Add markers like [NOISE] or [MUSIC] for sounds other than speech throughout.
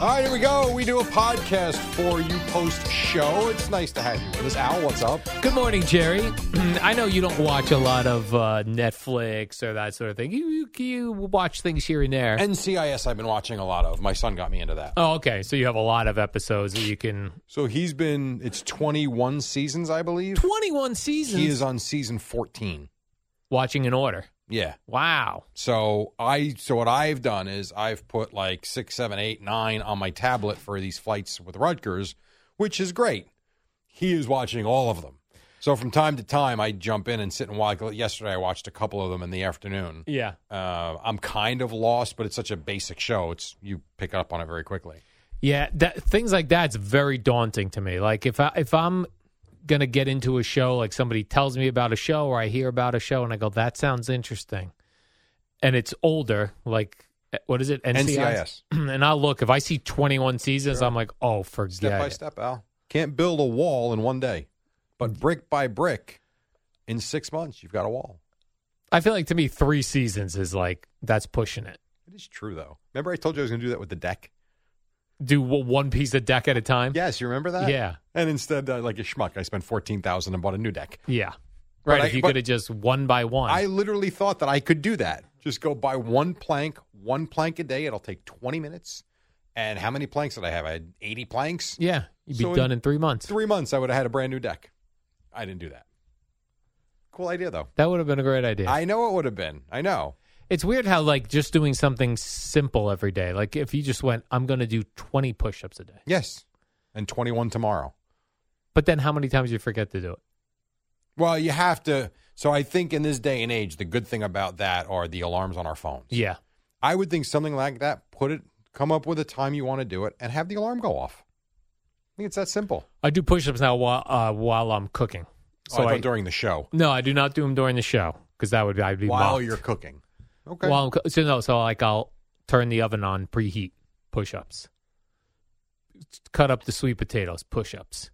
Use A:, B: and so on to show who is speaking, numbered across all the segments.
A: All right, here we go. We do a podcast for you post show. It's nice to have you with us. Al, what's up?
B: Good morning, Jerry. [CLEARS THROAT] I know you don't watch a lot of uh, Netflix or that sort of thing. You, you you watch things here and there.
A: NCIS, I've been watching a lot of. My son got me into that.
B: oh, okay. So you have a lot of episodes that you can.
A: So he's been, it's 21 seasons, I believe.
B: Twenty-one seasons.
A: He is on season 14.
B: watching in order.
A: Yeah.
B: Wow.
A: So I, so what I've done is I've put like six, seven, eight, nine on my tablet for these flights with Rutgers, which is great. He is watching all of them. So from time to time, I jump in and sit and watch. Yesterday, I watched a couple of them in the afternoon.
B: Yeah.
A: uh, I'm kind of lost, but it's such a basic show. It's you pick up on it very quickly.
B: Yeah, that things like that's very daunting to me. Like if I if I'm gonna get into a show, like somebody tells me about a show or I hear about a show and I go, that sounds interesting, and it's older, like eh, what is it
A: NCIS.
B: [CLEARS THROAT] and I'll look if I see 21 seasons, I'm like, oh, forget
A: Step by
B: it.
A: step, Al. Can't build a wall in one day, but brick by brick, in six months you've got a wall.
B: I feel like to me three seasons is like that's pushing it.
A: It is true though. Remember I told you I was going to do that with the deck.
B: Do w- one piece of deck at a time.
A: Yes, you remember that?
B: Yeah.
A: And instead, uh, like a schmuck, I spent fourteen thousand and bought a new deck.
B: yeah,
A: But
B: right.
A: I-
B: if you
A: but-
B: could have just one by one,
A: I literally thought that I could do that. Just go buy one plank, one plank a day. It'll take twenty minutes. And how many planks did I have? I had eighty planks.
B: yeah, you'd be
A: So in
B: done in three months.
A: three months, I would have had a brand new deck. I didn't do that. Cool idea, though.
B: that would have been a great idea.
A: I know it would have been. I know.
B: It's weird how like just doing something simple every day. Like if you just went, I'm going to do 20 push-ups a day.
A: Yes. And 21 tomorrow.
B: But then how many times you forget to do it?
A: Well, you have to. So I think in this day and age, the good thing about that are the alarms on our phones.
B: Yeah.
A: I would think something like that, put it, come up with a time you want to do it, and have the alarm go off. I think it's that simple.
B: I do push-ups now while uh, while I'm cooking.
A: So I
B: So
A: thought
B: I,
A: during the show,
B: No, I do not do them during the show cuz that would I'd be
A: while
B: mocked.
A: you're cooking. Okay.
B: While I'm coo- so no, so like I'll turn the oven on, preheat push-ups. Cut up the sweet potatoes, push-ups.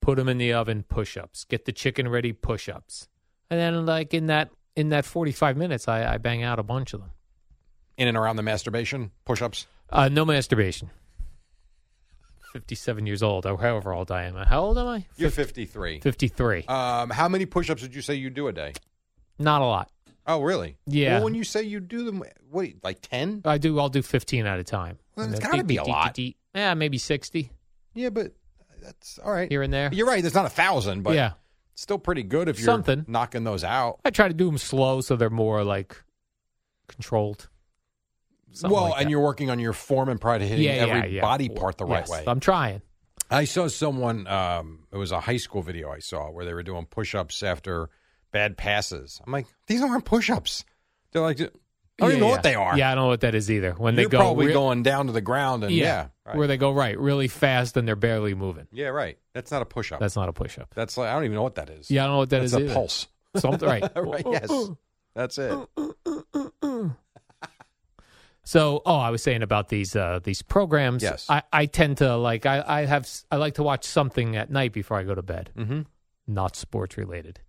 B: Put them in the oven, push-ups. Get the chicken ready, push-ups. And then like in that in that 45 minutes I, I bang out a bunch of them.
A: in and around the masturbation, push ups.
B: Uh, no masturbation. Fifty-seven years old, or however old I am. How old am I?
A: You're 53.
B: Fifty-three.
A: Um, how many push ups would you say you do a day?
B: Not a lot.
A: Oh, really?
B: Yeah.
A: Well, when you say you do them, what, like 10?
B: I do. I'll do fifteen at a time.
A: Well,
B: And
A: it's
B: then
A: gotta be
B: deet,
A: a
B: deet, deet,
A: lot.
B: deet. Yeah, maybe sixty
A: Yeah, but that's all right.
B: here and there.
A: You're right. It's not a thousand, but
B: yeah,
A: it's still pretty good if you're
B: Something.
A: knocking those out.
B: I try to do them slow so they're more like controlled. Something
A: well,
B: like
A: and
B: that.
A: you're working on your form and probably hitting
B: yeah, yeah,
A: every
B: yeah.
A: body part the right
B: Yes,
A: way.
B: I'm trying.
A: I saw someone. Um, it was a high school video I saw where they were doing push-ups after bad passes. I'm like, these aren't push-ups. They're like, I don't
B: Yeah,
A: even know
B: yeah.
A: what they are.
B: Yeah, I don't know what that is either. When
A: You're
B: they go,
A: probably
B: re-
A: going down to the ground and yeah, right.
B: where they go right really fast and they're barely moving.
A: yeah, right. That's not a push-up. That's,
B: That's not a push-up.
A: like I don't even know what that is.
B: Yeah, I don't know what that
A: that's
B: is
A: a
B: either.
A: pulse.
B: Something right.
A: [LAUGHS] right. Yes, that's it.
B: So, oh, I was saying about these uh, these programs.
A: Yes.
B: I, I tend to like I, I have s- I like to watch something at night before I go to bed.
A: Mhm.
B: not sports related.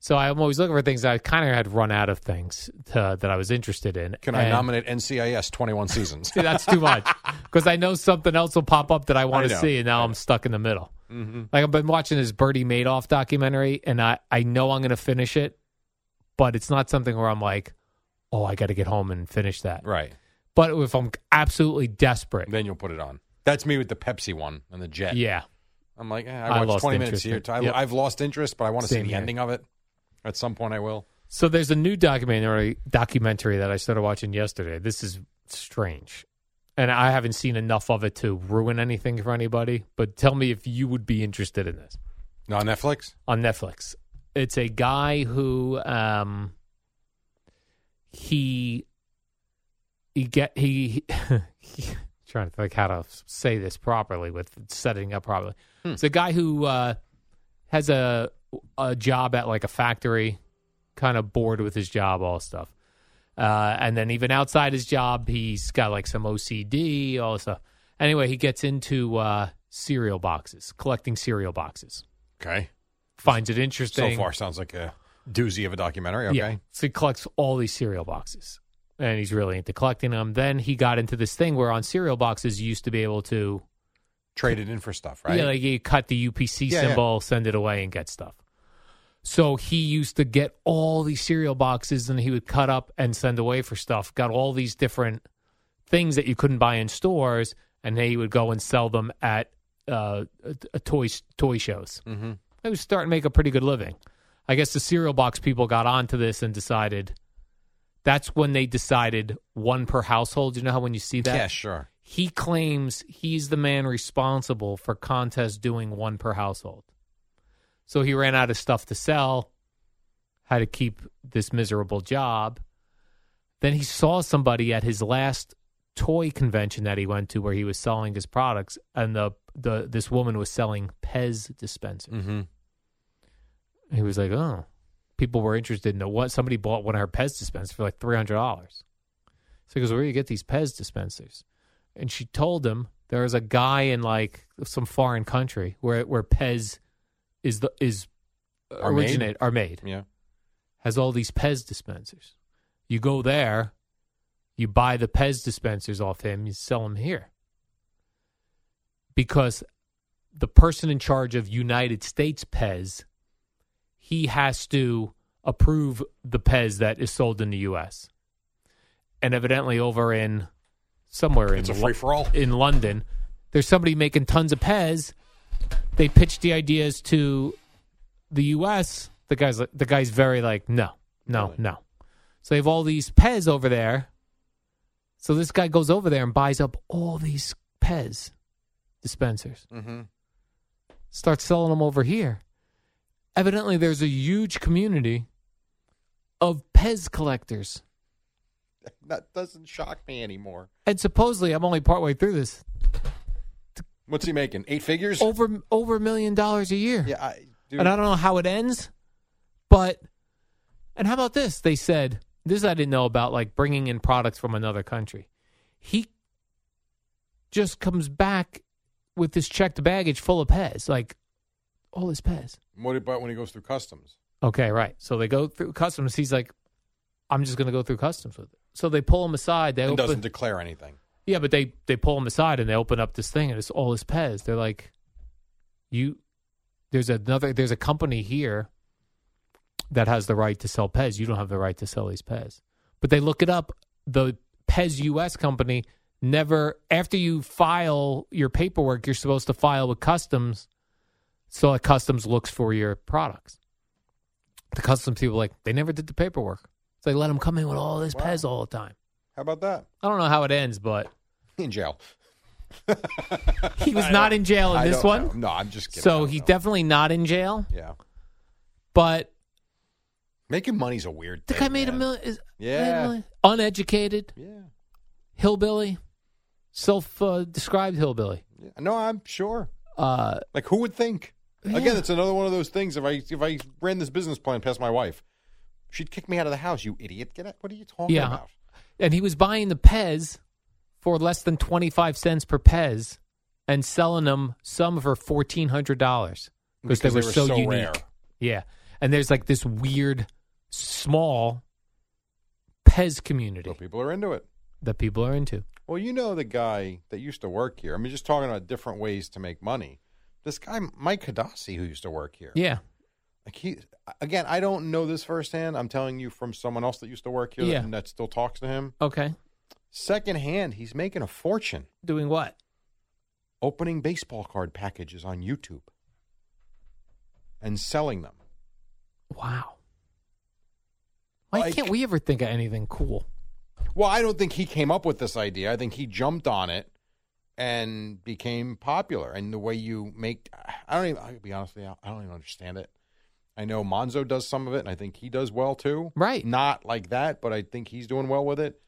B: So I'm always looking for things. I kind of had run out of things to, that I was interested in.
A: Can I
B: And-
A: nominate NCIS 21 seasons?
B: [LAUGHS] See, that's too much because I know something else will pop up that I want to
A: I know. Mm-hmm.
B: see, and now I'm stuck in the middle. Like I've been watching this Bertie Madoff documentary, and I I know I'm going to finish it, but it's not something where I'm like, oh, I got to get home and finish that.
A: right.
B: But if I'm absolutely desperate,
A: Then you'll put it on. That's me with the Pepsi one and the jet.
B: yeah,
A: I'm like, eh,
B: I
A: I watched
B: lost
A: 20 minutes
B: interest
A: here.
B: in-
A: I,
B: yep.
A: I've lost interest, but I want to see
B: Same
A: the
B: here.
A: ending of it. At some point, I will.
B: So there's a new documentary documentary that I started watching yesterday. This is strange. And I haven't seen enough of it to ruin anything for anybody, but tell me if you would be interested in this
A: No, Netflix.
B: on Netflix. It's a guy who um he he get he, he- [LAUGHS] trying to think how to say this properly with setting up properly. It's a guy who uh has a a job at like a factory, kind of bored with his job, all stuff. Uh, and then even outside his job, he's got like some OCD, all this stuff. Anyway, he gets into uh, cereal boxes, collecting cereal boxes
A: Okay.
B: finds it interesting.
A: So far, sounds like a doozy of a documentary. Okay.
B: yeah. So he collects all these cereal boxes, and he's really into collecting them. Then he got into this thing where on cereal boxes you used to be able to,
A: Traded in for stuff, right?
B: yeah, like you cut the UPC
A: Yeah, yeah.
B: symbol, send it away, and get stuff. So he used to get all these cereal boxes, and he would cut up and send away for stuff. Got all these different things that you couldn't buy in stores, and he would go and sell them at uh, uh, toy toy shows.
A: mm-hmm.
B: I was starting to make a pretty good living. I guess the cereal box people got onto this and decided that's when they decided one per household. You know how when you see that?
A: Yeah, sure.
B: He claims he's the man responsible for contest doing one per household. So he ran out of stuff to sell, had to keep this miserable job. Then he saw somebody at his last toy convention that he went to where he was selling his products and the the this woman was selling Pez dispensers.
A: Mm-hmm.
B: He was like, oh, people were interested in the what somebody bought one of her Pez dispensers for like three hundred dollars. So he goes, where do you get these Pez dispensers? And she told him there was a guy in like some foreign country where where Pez is the is
A: Are made?
B: originate are made
A: Yeah.
B: has all these Pez dispensers. You go there, you buy the Pez dispensers off him, you sell them here. Because the person in charge of United States Pez, he has to approve the Pez that is sold in the U.S. And evidently, over in somewhere
A: It's a
B: in Lo-
A: free for all.
B: in London, there's somebody making tons of Pez. They pitched the ideas to the U.S. The guy's like, the guy's very like, no, no,
A: Really?
B: no. So they have all these Pez over there. So this guy goes over there and buys up all these Pez dispensers,
A: Mm-hmm.
B: starts selling them over here. Evidently, there's a huge community of Pez collectors.
A: [LAUGHS] That doesn't shock me anymore.
B: And supposedly, I'm only partway through this,
A: What's he making? Eight figures?
B: over over a million dollars a year.
A: yeah. I, dude,
B: Oh. and I don't know how it ends, but and how about this? They said this I didn't know about, like bringing in products from another country. He just comes back with this checked baggage full of Pez, like all his Pez.
A: What about when he goes through customs?
B: Okay, right. So they go through customs. He's like, I'm just going to go through customs with it. So they pull him aside. They
A: And
B: open,
A: doesn't declare anything.
B: yeah, but they they pull him aside and they open up this thing and it's all his Pez. They're like, you, there's another, there's a company here that has the right to sell Pez. You don't have the right to sell these Pez. But they look it up. The Pez US company never, after you file your paperwork, you're supposed to file with customs. So that customs looks for your products. The customs people are like they never did the paperwork. So they let them come in with all this
A: Wow.
B: Pez all the time.
A: How about that?
B: I don't know how it ends, but
A: In jail.
B: he was not in jail in
A: I
B: Oh, this
A: don't
B: one.
A: know. No, I'm just kidding. I
B: So
A: don't
B: he's
A: know.
B: definitely not in jail.
A: Yeah.
B: But
A: Making money's a weird
B: the
A: thing.
B: guy made a
A: man.
B: million. Is, made a
A: Yeah.
B: million- uneducated
A: Yeah.
B: hillbilly, self-described hillbilly.
A: yeah. No, I'm sure.
B: Uh,
A: Like, who would think? Again, it's another one of those things. If I if I ran this business plan past my wife, she'd kick me out of the house. You idiot! Get out! What are you talking
B: Yeah.
A: about?
B: and he was buying the Pez for less than twenty-five cents per Pez, and selling them some for fourteen hundred dollars because they were, so, unique.
A: rare.
B: Yeah. And there's like this weird, small Pez community
A: So people are into it.
B: that people are into.
A: Well, you know the guy that used to work here. I mean, just talking about different ways to make money. This guy, Mike Hadassi, who used to work here.
B: Yeah.
A: Like he, again, I don't know this firsthand. I'm telling you from someone else that used to work here
B: Yeah.
A: and that still talks to him.
B: Okay.
A: Secondhand, he's making a fortune.
B: Doing what?
A: Opening baseball card packages on YouTube and selling them.
B: Wow. Why
A: Like-
B: can't we ever think of anything cool?
A: Well, I don't think he came up with this idea. I think he jumped on it and became popular. And the way you make, I don't even, I'll be honest with you, I don't even understand it. I know Monzo does some of it, and I think he does well too.
B: Right.
A: Not like that, but I think he's doing well with it.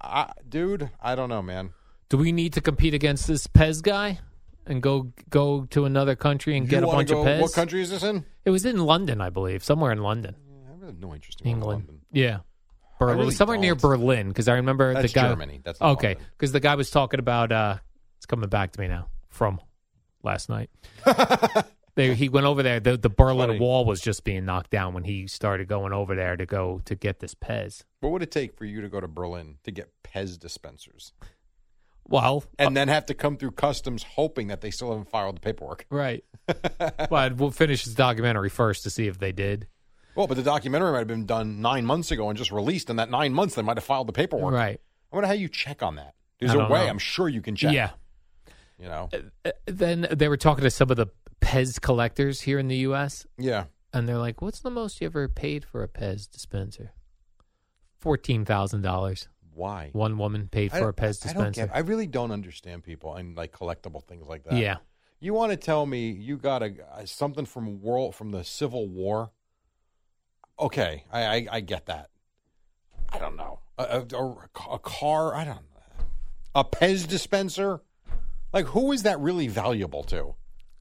A: I, dude, I don't know, man.
B: Do we need to compete against this Pez guy and go go to another country and
A: You
B: get a
A: wanna
B: bunch
A: go-
B: of Pez?
A: What country is this in?
B: It was in London, I believe, somewhere in London,
A: I really have no interest in going to
B: England.
A: London.
B: Yeah. Berlin,
A: really
B: somewhere near
A: don't.
B: Berlin, because I remember
A: That's
B: the guy.
A: Germany. That's not
B: okay,
A: London.
B: because the guy was talking about. uh It's coming back to me now from last
A: [LAUGHS]
B: night. they, he went over there. The, the Berlin
A: Funny.
B: Wall was just being knocked down when he started going over there to go to get this Pez.
A: What would it take for you to go to Berlin to get Pez dispensers
B: Well,
A: and then have to come through customs hoping that they still haven't filed the paperwork? [LAUGHS]
B: Right. but we'll finish this documentary first to see if they did.
A: Well, but the documentary might have been done nine months ago and just released. In that nine months, they might have filed the paperwork.
B: Right.
A: I wonder how you check on that. There's
B: I
A: a
B: don't
A: way.
B: know.
A: I'm sure you can check.
B: Yeah.
A: You know.
B: Uh, Then they were talking to some of the Pez collectors here in the U.S.,
A: Yeah.
B: and they're like, what's the most you ever paid for a Pez dispenser? $14,000.
A: Why?
B: One woman paid
A: I
B: for a
A: don't-
B: Pez
A: I don't
B: dispenser.
A: get. I really don't understand people and like collectible things like that.
B: yeah.
A: You want to tell me you got a, a something from world from the Civil War? Okay, I I, I get that. I don't know a, a, a- a car. I don't a Pez dispenser. Like who is that really valuable to?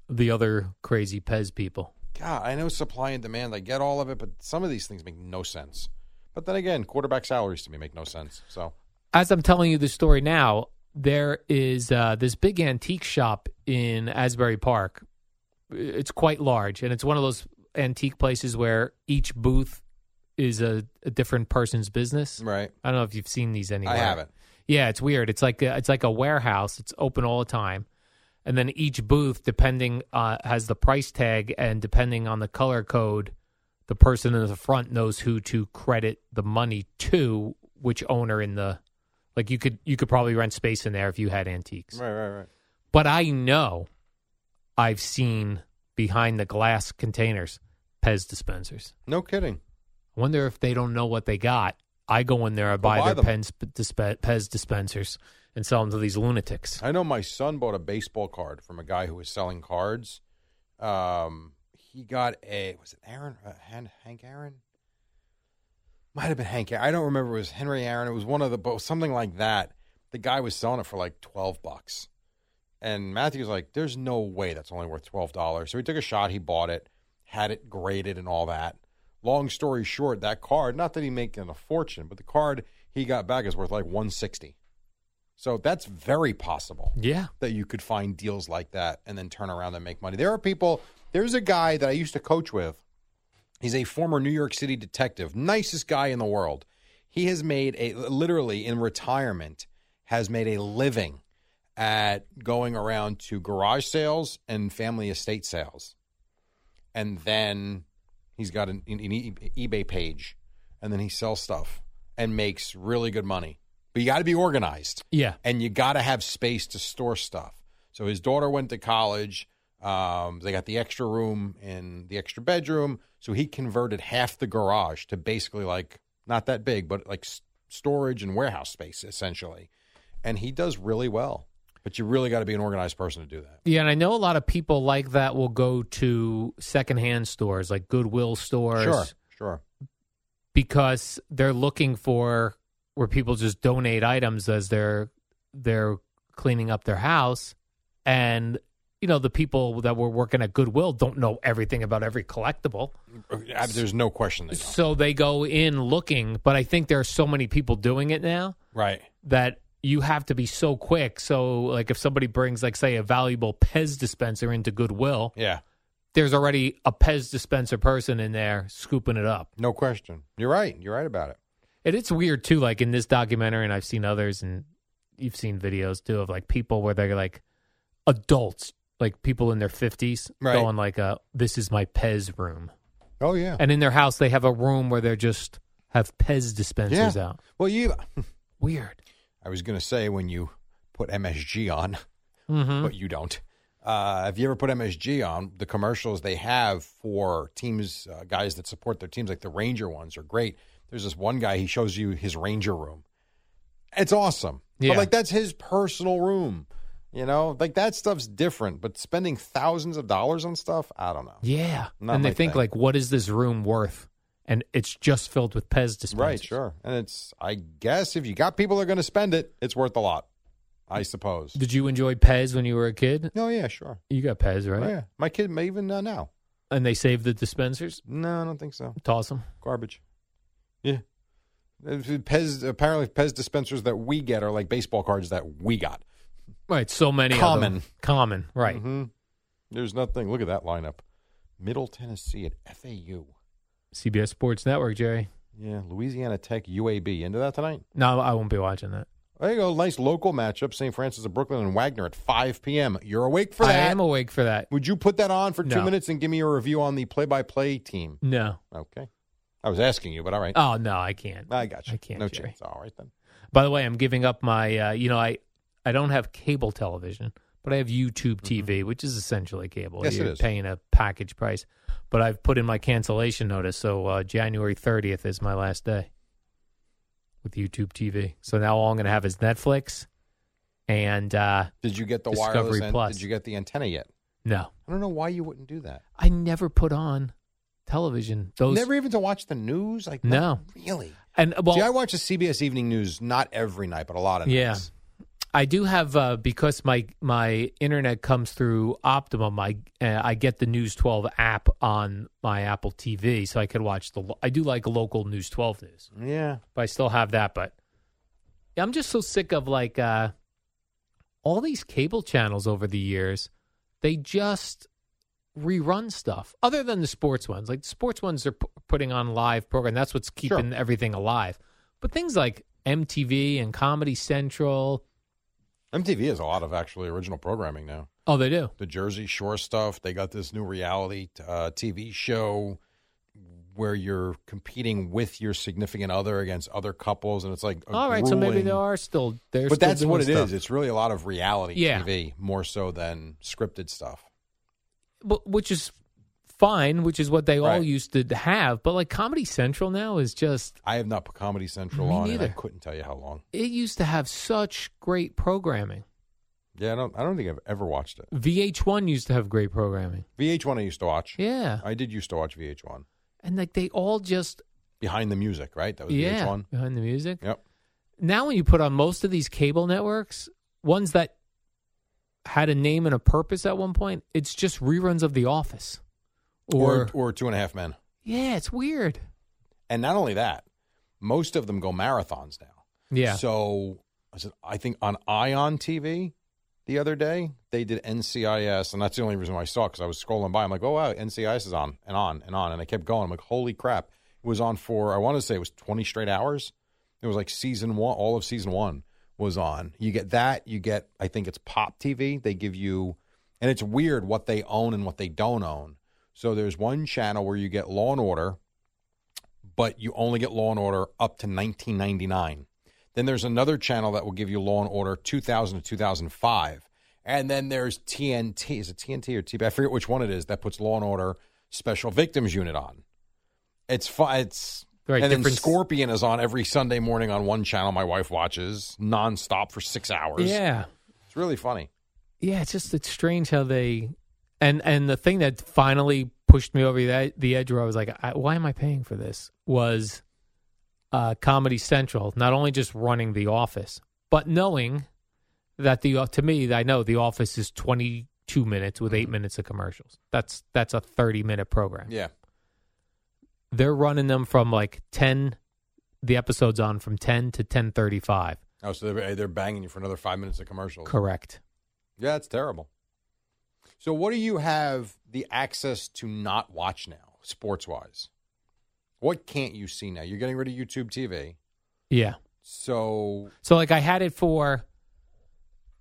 B: The other crazy Pez people.
A: God, I know supply and demand. I get all of it, but some of these things make no sense. But then again, quarterback salaries to me make no sense. So
B: as I'm telling you the story now, there is uh, this big antique shop in Asbury Park. It's quite large, and it's one of those antique places where each booth is a, a different person's business.
A: right,
B: I don't know if you've seen these anywhere.
A: I haven't.
B: Yeah, it's weird. It's like a, it's like a warehouse. It's open all the time, and then each booth, depending, uh, has the price tag, and depending on the color code, the person in the front knows who to credit the money to, which owner in the, like you could you could probably rent space in there if you had antiques.
A: Right, right, right.
B: But I know, I've seen behind the glass containers, Pez dispensers.
A: No kidding.
B: I wonder if they don't know what they got. I go in there, I buy,
A: buy
B: their
A: them.
B: Pens, dispe- Pez dispensers and sell them to these lunatics.
A: I know my son bought a baseball card from a guy who was selling cards. Um, he got a was it Aaron uh, Han, Hank Aaron? Might have been Hank. Aaron. I don't remember. It was Henry Aaron. It was one of the both something like that. The guy was selling it for like twelve bucks, and Matthew was like, "There's no way that's only worth twelve dollars." So he took a shot. He bought it, had it graded, and all that. Long story short, that card. Not that he made a fortune, but the card he got back is worth like one sixty. So that's very possible
B: Yeah.
A: that you could find deals like that and then turn around and make money. There are people, there's a guy that I used to coach with. He's a former New York City detective, nicest guy in the world. He has made a literally in retirement has made a living at going around to garage sales and family estate sales. And then he's got an, an e- eBay page and then he sells stuff and makes really good money. But you got to be organized
B: Yeah.
A: and you got to have space to store stuff. So his daughter went to college. Um, they got the extra room in the extra bedroom, so he converted half the garage to basically like not that big, but like s- storage and warehouse space essentially. And he does really well, but you really got to be an organized person to do that.
B: Yeah, and I know a lot of people like that will go to secondhand stores, like Goodwill stores,
A: Sure, sure.
B: because they're looking for where people just donate items as they're they're cleaning up their house, and you know the people that were working at Goodwill don't know everything about every collectible.
A: Uh, There's no question they don't.
B: So they go in looking, but I think there are so many people doing it now
A: Right.
B: that you have to be so quick. So like if somebody brings like say a valuable Pez dispenser into Goodwill,
A: Yeah.
B: there's already a Pez dispenser person in there scooping it up.
A: No question. You're right. You're right about it.
B: And it's weird too, like in this documentary, and I've seen others, and you've seen videos too of like people where they're like adults, like people in their fifties,
A: Right.
B: going like, uh, "This is my Pez room,"
A: Oh yeah.
B: and in their house they have a room where they're just have Pez dispensers
A: yeah.
B: out.
A: Well, you.
B: Weird.
A: I was going to say when you put MSG on,
B: Mm-hmm.
A: but you don't. Uh, have you ever put MSG on? The commercials they have for teams, uh, guys that support their teams, like the Ranger ones, are great. There's this one guy, he shows you his Ranger room. It's awesome.
B: Yeah.
A: But, like, that's his personal room. You know, like that stuff's different, but spending thousands of dollars on stuff, I don't know.
B: Yeah,
A: Not
B: and they
A: my
B: think
A: thing.
B: like, "What is this room worth?" And it's just filled with Pez dispensers.
A: Right, sure. And it's, I guess, if you got people that are going to spend it, it's worth a lot, I suppose.
B: Did you enjoy Pez when you were a kid?
A: No, yeah, sure.
B: You got Pez, right?
A: Oh, yeah. My kid, may even uh, now.
B: And they saved the dispensers.
A: No, I don't think so.
B: Toss them.
A: Garbage. Yeah. Pez apparently Pez dispensers that we get are like baseball cards that we got.
B: Right. So many of
A: Common.
B: them. Common. Right.
A: hmm There's nothing. Look at that lineup. Middle Tennessee at FAU.
B: CBS Sports Network, Jerry.
A: Yeah, Louisiana Tech UAB. Into that tonight.
B: No, I won't be watching that.
A: There you go. Nice local matchup. St. Francis of Brooklyn and Wagner at 5 p.m. You're awake for that.
B: I am awake for that.
A: Would you put that on for two
B: No.
A: minutes and give me a review on the play-by-play team?
B: No.
A: Okay. I was asking you, but all right.
B: Oh no, I can't.
A: I got you.
B: I can't,
A: No
B: Jerry.
A: chance. All right then.
B: By the way, I'm giving up my. Uh, you know, I I don't have cable television, but I have YouTube TV, which is essentially cable.
A: Mm-hmm. Yes, it
B: You're
A: is.
B: Paying a package price, but I've put in my cancellation notice, so uh, January 30th is my last day with YouTube TV. So now all I'm going to have is Netflix, and uh,
A: Did you get the
B: Discovery
A: wireless? an-
B: Plus.
A: Did you get the antenna yet?
B: no,
A: I don't know why you wouldn't do that.
B: I never put on television. Those
A: Never even to watch the news. Like
B: No.
A: really.
B: and uh, well,
A: See, I watch the CBS Evening News not every night, but a lot of
B: Yeah.
A: nights.
B: I do have uh, because my my internet comes through Optimum. I uh, I get the News 12 app on my Apple TV, so I could watch the. lo- I do like local News 12 news,
A: Yeah,
B: but I still have that. But yeah, I'm just so sick of like uh, all these cable channels over the years. They just rerun stuff other than the sports ones. Like the sports ones are p- putting on live program. That's what's keeping everything alive. But things like MTV and Comedy Central.
A: MTV has a lot of actually original programming now.
B: Oh, they do.
A: The Jersey Shore stuff. They got this new reality uh, TV show where you're competing with your significant other against other couples, and it's like a
B: All right, so maybe
A: grueling-
B: there are still there.
A: But that's what it is. It's really a lot of reality
B: Yeah.
A: TV more so than scripted stuff.
B: but, which is fine, which is what they all
A: Right.
B: used to have. But like Comedy Central now is just
A: I have not put Comedy Central
B: Me
A: on, and
B: neither.
A: I couldn't tell you how long.
B: it used to have such great programming.
A: Yeah, I don't. I don't think I've ever watched it.
B: VH1 used to have great programming.
A: VH1 I used to watch.
B: Yeah,
A: I did used to watch VH1.
B: and like they all just
A: Behind the Music, right? That was
B: yeah
A: VH1.
B: behind the music.
A: Yep.
B: Now when you put on most of these cable networks, ones that had a name and a purpose at one point, it's just reruns of The Office. Or,
A: or Two and a Half Men.
B: yeah, it's weird.
A: And not only that, most of them go marathons now.
B: Yeah.
A: So I said, I think on Ion TV the other day they did NCIS, and that's the only reason why I saw it because I was scrolling by. I'm like, oh wow, NCIS is on and on and on, and I kept going. I'm like, holy crap! It was on for I want to say it was 20 straight hours. It was like season one, all of season one was on. You get that. You get I think it's Pop TV. They give you, and it's weird what they own and what they don't own. So there's one channel where you get Law and Order, but you only get Law and Order up to 1999. Then there's another channel that will give you Law and Order 2000 to 2005. And then there's TNT. Is it TNT or TBS? I forget which one it is that puts Law and Order Special Victims Unit on. It's fun. It's
B: Right,
A: and then
B: different-
A: Scorpion is on every Sunday morning on one channel. My wife watches nonstop for six hours.
B: yeah.
A: it's really funny.
B: yeah it's just it's strange how they and and the thing that finally pushed me over the, the edge where i was like I, why am i paying for this was uh comedy central not only just running the office but knowing that the to me i know the office is 22 minutes with 8 minutes of commercials that's that's a 30 minute program
A: Yeah,
B: they're running them from like 10 the episodes on from 10 to 10:35
A: oh, so they're, they're banging you for another five minutes of commercials.
B: correct
A: Yeah, it's terrible. So, what do you have the access to not watch now, sports wise? What can't you see now? You're getting rid of YouTube TV.
B: Yeah.
A: So,
B: So like I had it for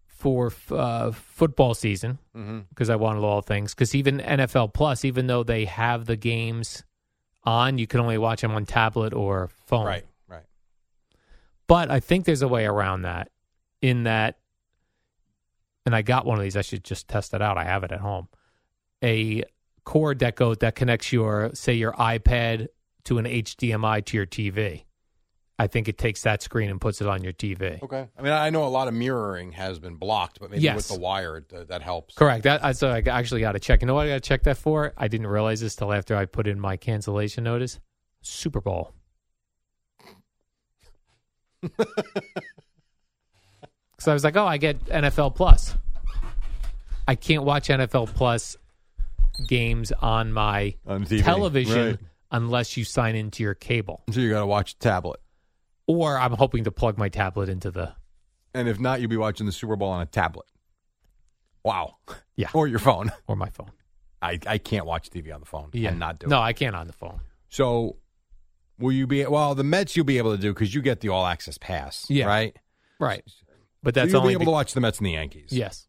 B: for uh, football season
A: mhm.
B: because I wanted all things. Because even NFL Plus, even though they have the games on, you can only watch them on tablet or phone.
A: right, right.
B: But I think there's a way around that. In that, and I got one of these. I should just test it out. I have it at home. A cord that goes that connects your say your iPad to an HDMI to your TV. I think it takes that screen and puts it on your TV.
A: Okay. I mean, I know a lot of mirroring has been blocked, but maybe
B: Yes.
A: with the wire it, uh, that helps.
B: Correct. That, I, so I actually got to check. You know what I got to check that for? I didn't realize this till after I put in my cancellation notice. Super
A: [LAUGHS]
B: Bowl. Because I was like, oh, I get NFL Plus. I can't watch NFL Plus games on my
A: On TV,
B: television
A: right.
B: unless you sign into your cable.
A: So you got to watch the tablet,
B: Or I'm hoping to plug my tablet into the.
A: and if not, you'll be watching the Super Bowl on a tablet. Wow.
B: Yeah.
A: [LAUGHS] Or your phone.
B: or my phone.
A: I, I can't watch TV on the phone.
B: Yeah.
A: I'm not doing.
B: No,
A: it.
B: I can't on the phone.
A: So will you be? Well, the Mets you'll be able to do because you get the all access pass.
B: Yeah.
A: Right.
B: Right. But
A: So
B: that's
A: you'll
B: only.
A: be able
B: be-
A: to watch the Mets and the Yankees.
B: yes.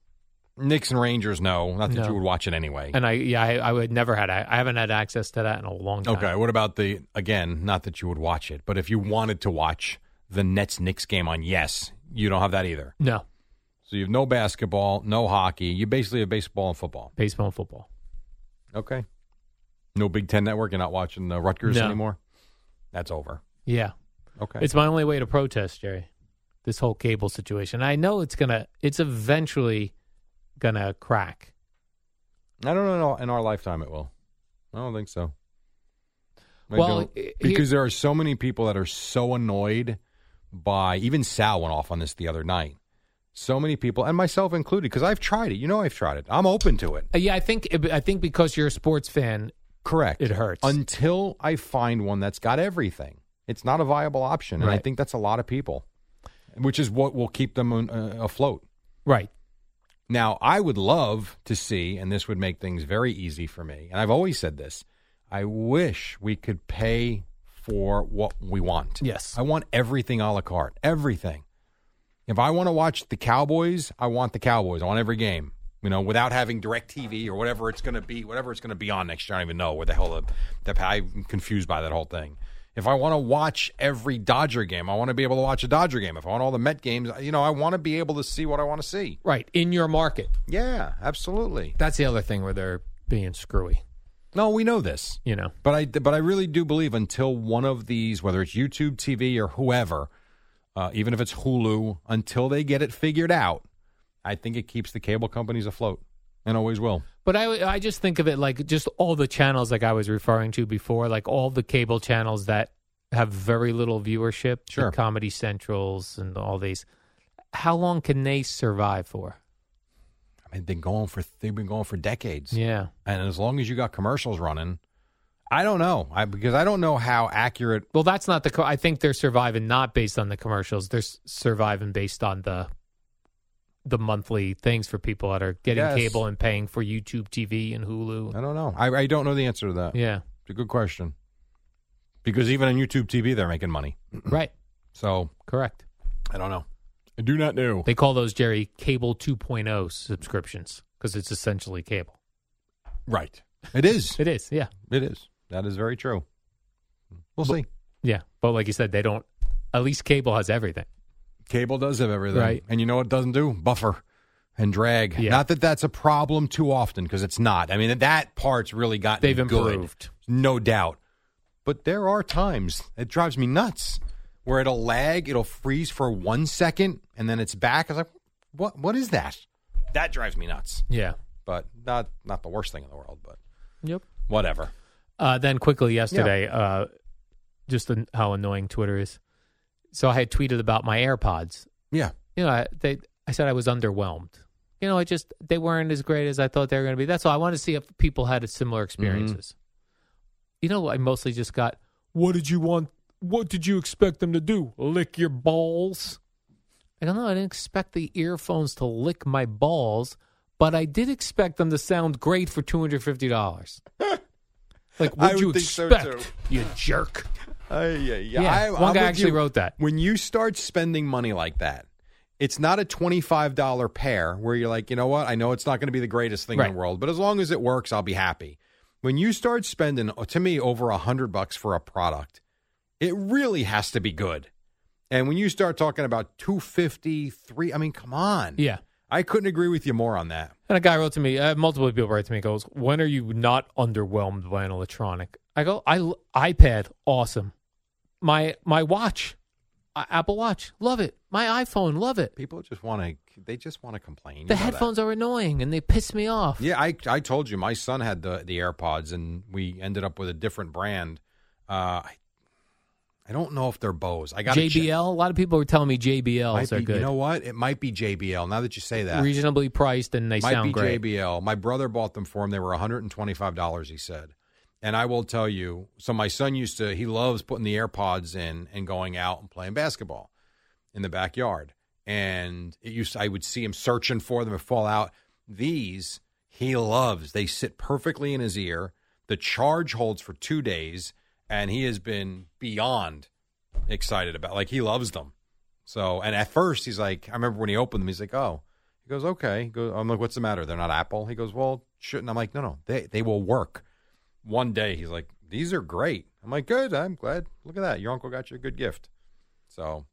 A: Knicks and Rangers. No, not that
B: No.
A: you would watch it anyway.
B: And I, yeah, I, I would never had. I I haven't had access to that in a long time.
A: Okay. What about the again? Not that you would watch it, but if you wanted to watch the Nets Knicks game on Yes, you don't have that either.
B: No,
A: So you have no basketball, no hockey. You basically have baseball and football.
B: baseball and football.
A: Okay. No Big Ten Network. You're not watching the Rutgers
B: No.
A: anymore. That's over.
B: Yeah,
A: Okay.
B: it's my only way to protest, Jerry. This whole cable situation. I know it's gonna. It's eventually gonna crack.
A: I don't know. In our lifetime, it will. I don't think so. I
B: Well,
A: don't-
B: i- here-
A: because there are so many people that are so annoyed by even Sal went off on this the other night. So many people, and myself included, because I've tried it. You know, I've tried it. I'm open to it.
B: Uh, yeah, I think. I think because you're a sports fan.
A: Correct.
B: It hurts.
A: until I find one that's got everything. It's not a viable option, and I
B: Right.
A: think that's a lot of people, which is what will keep them uh, afloat.
B: Right.
A: Now, I would love to see, and this would make things very easy for me, and I've always said this I wish we could pay for what we want.
B: Yes.
A: I want everything a la carte, everything. If I want to watch the Cowboys, I want the Cowboys. I want every game, you know, without having direct TV or whatever it's going to be, whatever it's going to be on next year. I don't even know where the hell the, the, I'm confused by that whole thing. If I want to watch every Dodger game, I want to be able to watch a Dodger game. If I want all the Met games, you know, I want to be able to see what I want to see.
B: Right. In your market.
A: Yeah, absolutely.
B: That's the other thing where they're being screwy.
A: No, we know this,
B: You know.
A: but I but I really do believe until one of these, whether it's YouTube TV or whoever, uh, even if it's Hulu, until they get it figured out, I think it keeps the cable companies afloat and always will.
B: But I, I just think of it like just all the channels like I was referring to before, like all the cable channels that have very little viewership, the
A: Sure.
B: Comedy Centrals and all these. How long can they survive for?
A: I mean, they've been going for they've been going for decades,
B: Yeah,
A: and as long as you got commercials running, I don't know, I because I don't know how accurate.
B: well, that's not the. Co- I think they're surviving not based on the commercials. They're s- surviving based on the the monthly things for people that are getting
A: Yes. Oh.
B: cable and paying for YouTube TV and Hulu.
A: I don't know. I, I don't know the answer to that. [CLEARS THROAT]
B: Yeah,
A: It's a good question because even on YouTube TV, they're making money.
B: right,
A: So
B: correct.
A: I don't know. I do not know.
B: They call those Jerry cable 2.0 subscriptions because it's essentially cable.
A: Right. It is.
B: It is, yeah,
A: [LAUGHS] It is. That is very true. We'll see.
B: yeah. But like you said, they don't. At least cable has everything.
A: Cable does have everything.
B: Right.
A: And you know what it doesn't do? Buffer and drag.
B: Yeah.
A: Not that that's a problem too often because it's not. I mean, that part's really gotten
B: They've
A: good,
B: improved.
A: no doubt. But there are times it drives me nuts where it'll lag, it'll freeze for one second, and then it's back. I was like, what? What is that? That drives me nuts.
B: Yeah.
A: But not not the worst thing in the world. But
B: Yep.
A: whatever.
B: Uh, then quickly yesterday, uh, just an, how annoying Twitter is. So I had tweeted about my AirPods.
A: Yeah.
B: You know, I, they I said I was underwhelmed. You know, I just they weren't as great as I thought they were going to be. That's all. I wanted to see if people had
A: Mm-hmm.
B: similar experiences. You know, I mostly just got. What did you want? What did you expect them to do? Lick your balls? I don't know. I didn't expect the earphones to lick my balls, But I did expect them to sound great for two hundred fifty
A: [LAUGHS]
B: dollars. like,
A: I
B: what'd
A: would
B: you
A: think so,
B: expect,
A: too.
B: you jerk?
A: Uh, yeah, yeah.
B: Yeah,
A: I,
B: one
A: I'm
B: guy
A: with
B: actually
A: you.
B: wrote that.
A: When you start spending money like that, it's not a twenty-five dollar pair where you're like, you know what? I know it's not going to be the greatest thing in
B: Right.
A: the world, but as long as it works, I'll be happy. When you start spending, uh, to me, over a hundred bucks for a product, it really has to be good. And when you start talking about two fifty, three, I mean, come on.
B: Yeah.
A: I couldn't agree with you more on that.
B: And a guy wrote to me, uh, multiple people write to me, goes, When are you not underwhelmed by an electronic? I go, I, l- iPad, awesome. My my watch, uh, Apple Watch, love it. My iPhone, love it.
A: People just want to, they just want to complain. You
B: The
A: know that.
B: headphones are annoying and they piss me off.
A: Yeah, I I told you my son had the the AirPods, and we ended up with a different brand. Uh, I I don't know if they're Bose. I got
B: JBL, a lot of people were telling me JBLs are
A: Be,
B: good.
A: you know what? It might be JBL. Now that you say that,
B: Reasonably priced and they
A: might
B: sound
A: be
B: great.
A: JBL. My brother bought them for him. They were one hundred and twenty five dollars. He said. And I will tell you, so my son used to, he loves putting the AirPods in and going out and playing basketball in the backyard. And it used I would see him searching for them and fall out. These he loves. They sit perfectly in his ear. The charge holds for two days, and he has been beyond excited about. Like he loves them. So, and at first he's like, I remember when he opened them, he's like, oh. He goes, okay. He goes, I'm like, what's the matter? They're not Apple. He goes, well, shouldn't. I'm like, no, no, they they will work. One day he's like, these are great. I'm like, good. I'm glad. Look at that. Your uncle got you a good gift. So,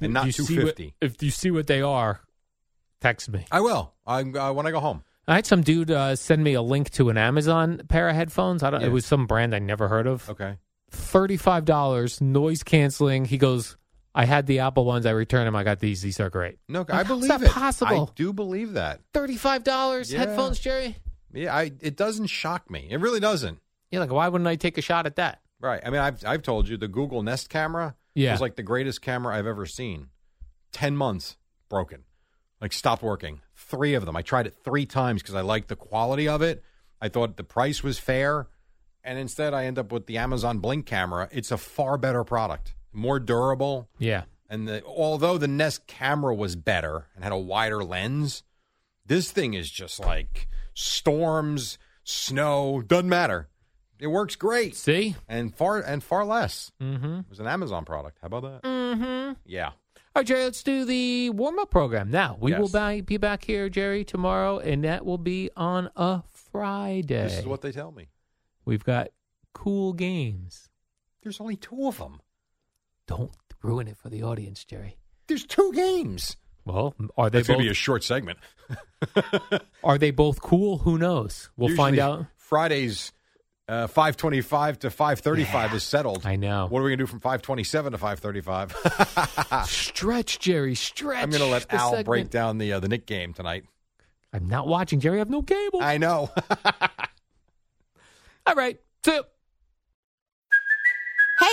A: and not
B: You see what-
A: 250.
B: if you see what they are, text me.
A: I will. I uh, when I go home.
B: I had some dude uh, send me a link to an Amazon pair of headphones. I don't.
A: Yeah.
B: It was some brand I never heard of.
A: Okay.
B: thirty-five dollars, noise canceling. He goes, I had the Apple ones. I returned them. I got these. These are great.
A: No,
B: Like,
A: I
B: how's
A: believe
B: that
A: it.
B: possible?
A: I do believe that.
B: Thirty-five dollars
A: Yeah.
B: headphones, Jerry.
A: Yeah, I it doesn't shock me. It really doesn't.
B: You're like, why wouldn't I take a shot at that?
A: Right. I mean, I've I've told you the Google Nest camera
B: Yeah.
A: was like the greatest camera I've ever seen. 10 months broken. Like stopped working. 3 of them. I tried it 3 times cuz I liked the quality of it. I thought the price was fair, and instead I end up with the Amazon Blink camera. It's a far better product. More durable.
B: Yeah,
A: And the, although the Nest camera was better and had a wider lens, this thing is just like storms, snow, doesn't matter. It works great
B: see.
A: and far and far less.
B: Mm-hmm. All
A: It was an Amazon product. How about that? Yeah.
B: right, Jerry. Let's do the warm-up program now. We will
A: Yes.
B: ba- be back here, Jerry, tomorrow, and that will be on a Friday.
A: This is what they tell me.
B: we've got. Cool games.
A: There's only two of them.
B: Don't ruin it for the audience, Jerry.
A: There's two games.
B: Well, are they
A: That's going
B: both
A: to be a short segment.
B: are they both cool? Who knows? We'll find
A: Usually
B: out.
A: Fridays uh, 525 to 535 is settled.
B: I know.
A: What are we going to do from 527 to 535?
B: Stretch, Jerry. Stretch.
A: [LAUGHS] I'm going to let
B: the
A: Al break
B: segment.
A: down the uh, the Nick game tonight.
B: I'm not watching, Jerry. I have no cable.
A: I know.
B: All right. See ya.
C: Hey,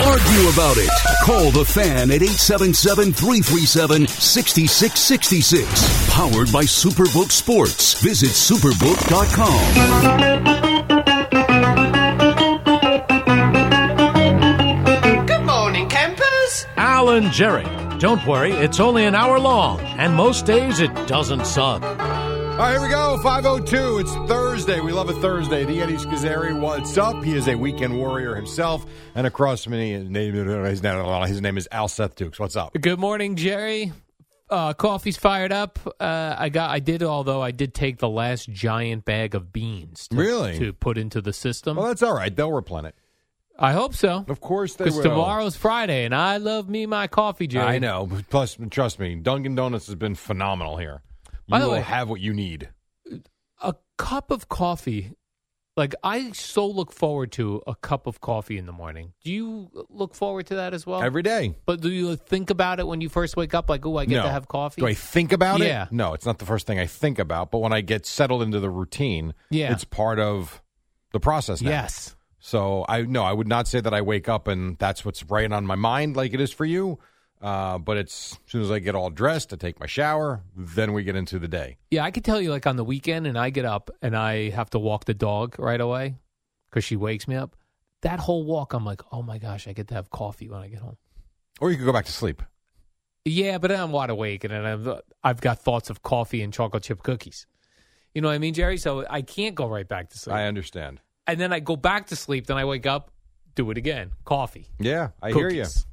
D: Argue you about it. Call the fan at 877 337 6666. Powered by Superbook Sports. Visit superbook.com.
E: Good morning, campers.
F: Alan Jerry. Don't worry, it's only an hour long, and most days it doesn't suck.
A: All right, here we go. 502. It's Thursday. We love a Thursday. The Eddie Schizzeri, what's up? He is a weekend warrior himself. And across from me, his name, his name- his name is Al Seth Dukes. What's up?
B: Good morning, Jerry. Uh, coffee's fired up. Uh, I got. I did. Although I did take the last giant bag of beans. To,
A: Really?
B: To put into the system.
A: Well, that's all right. They'll replenish it.
B: I hope so.
A: Of course they
B: Because
A: will.
B: tomorrow's Friday, and I love me my coffee, Jerry.
A: I know. but Plus, trust me, Dunkin' Donuts has been phenomenal here. You
B: By the
A: will
B: way-
A: have what you need.
B: a cup of coffee like i so look forward to a cup of coffee in the morning do you look forward to that as well
A: Every day.
B: but do you think about it when you first wake up like oh i get
A: no.
B: to have coffee
A: Do I think about
B: Yeah.
A: it? No, it's not the first thing I think about. But when I get settled into the routine,
B: Yeah.
A: it's part of the process now.
B: yes
A: So I no, I would not say that I wake up and that's what's right on my mind like it is for you. Uh, but it's as soon as I get all dressed, I take my shower, then we get into the day.
B: yeah i could tell you like on the weekend and i get up and i have to walk the dog right away because she wakes me up that whole walk i'm like oh my gosh i get to have coffee when i get home
A: Or you could go back to sleep.
B: yeah but then i'm wide awake and then I've, I've got thoughts of coffee and chocolate chip cookies you know what i mean jerry so i can't go right back to sleep
A: I understand.
B: and then I go back to sleep. Then I wake up, do it again. Coffee.
A: Yeah, I hear you.
B: Cookies.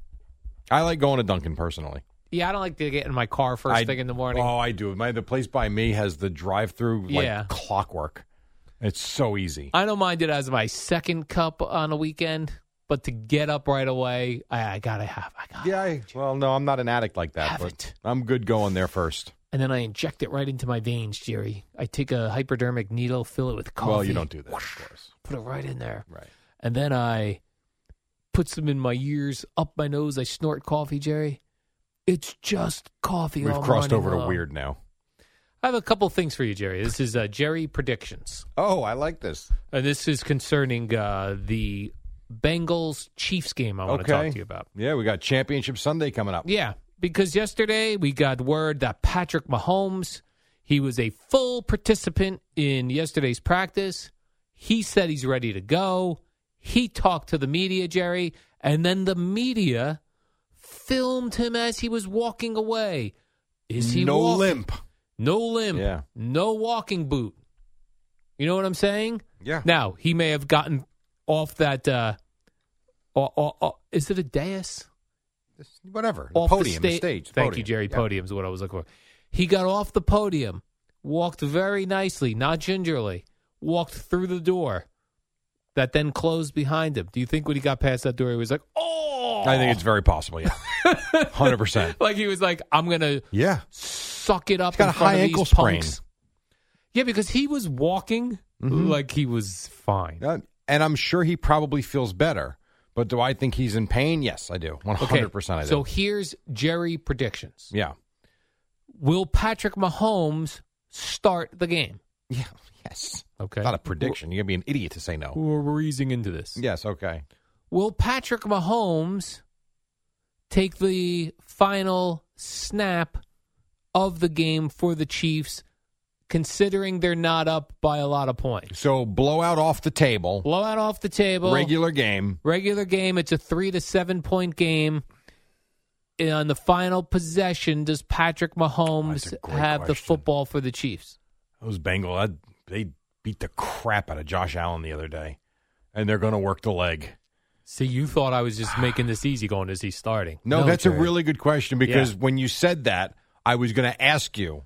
A: I like going to Dunkin' personally.
B: Yeah, I don't like to get in my car first
A: I-
B: thing in the morning.
A: Oh, I do. My the place by me has the drive through like
B: Yeah.
A: clockwork. It's so easy.
B: I don't mind it as my second cup on a weekend, but to get up right away, I, I gotta have. I got,
A: Yeah, I, well, no, I'm not an addict like that,
B: Have
A: but
B: it.
A: I'm good going there first.
B: and then I inject it right into my veins, Jerry. I take a hypodermic needle, fill it with coffee.
A: Well, you don't do that, of course.
B: Put it right in there,
A: Right.
B: and then I put some in my ears, up my nose. I snort coffee, Jerry. It's just coffee.
A: We've
B: all
A: crossed
B: morning
A: over to
B: long.
A: weird now.
B: I have a couple things for you, Jerry. This is uh, Jerry predictions.
A: Oh, I like this.
B: Uh, this is concerning uh, the Bengals Chiefs game. I want to
A: Okay.
B: talk to you about.
A: Yeah, we got Championship Sunday coming up.
B: Yeah, because yesterday we got word that Patrick Mahomes he was a full participant in yesterday's practice. He said he's ready to go. He talked to the media, Jerry, and then the media filmed him as he was walking away. Is he
A: no
B: walking?
A: limp?
B: No limp.
A: Yeah.
B: No walking boot. You know what I'm saying?
A: Yeah.
B: Now he may have gotten off that. Uh, o- o- o- is it a dais?
A: Whatever.
B: Off the
A: podium,
B: sta-
A: stage.
B: Thank you,
A: podium.
B: Jerry.
A: Yeah.
B: Podium is what I was looking for. He got off the podium, walked very nicely, not gingerly, walked through the door that then closed behind him. Do you think when he got past that door, he was like, "Oh"?
A: I think it's very possible.
B: [LAUGHS]
A: Yeah, hundred percent.
B: like he was like, "I'm gonna
A: Yeah,
B: suck it up."
A: He's got
B: in
A: a
B: front
A: high
B: of
A: ankle
B: these
A: sprain.
B: punks." Yeah, because he was walking
A: Mm-hmm.
B: like he was fine.
A: Uh, and I'm sure he probably feels better. But do I think he's in pain? Yes, I do. One
B: Okay,
A: hundred percent. I do.
B: So here's Jerry predictions.
A: yeah,
B: Will Patrick Mahomes start the game?
A: yeah,
B: [LAUGHS]
A: yes.
B: Okay.
A: Not a prediction. You're gonna be an idiot to say no.
B: We're, we're easing into this.
A: Yes. Okay.
B: Will Patrick Mahomes take the final snap of the game for the Chiefs, considering they're not up by a lot of points?
A: So blowout off the table.
B: Blowout off the table.
A: Regular game.
B: regular game it's a three to seven point game And on the final possession does patrick mahomes
A: That's a great
B: have the
A: question.
B: football for the chiefs
A: Those Bengals. I, they beat the crap out of Josh Allen the other day, and they're gonna work the leg.
B: see you thought i was just making this easy going is he starting
A: No, that's a really good question because
B: Yeah.
A: when you said that, I was going to ask you.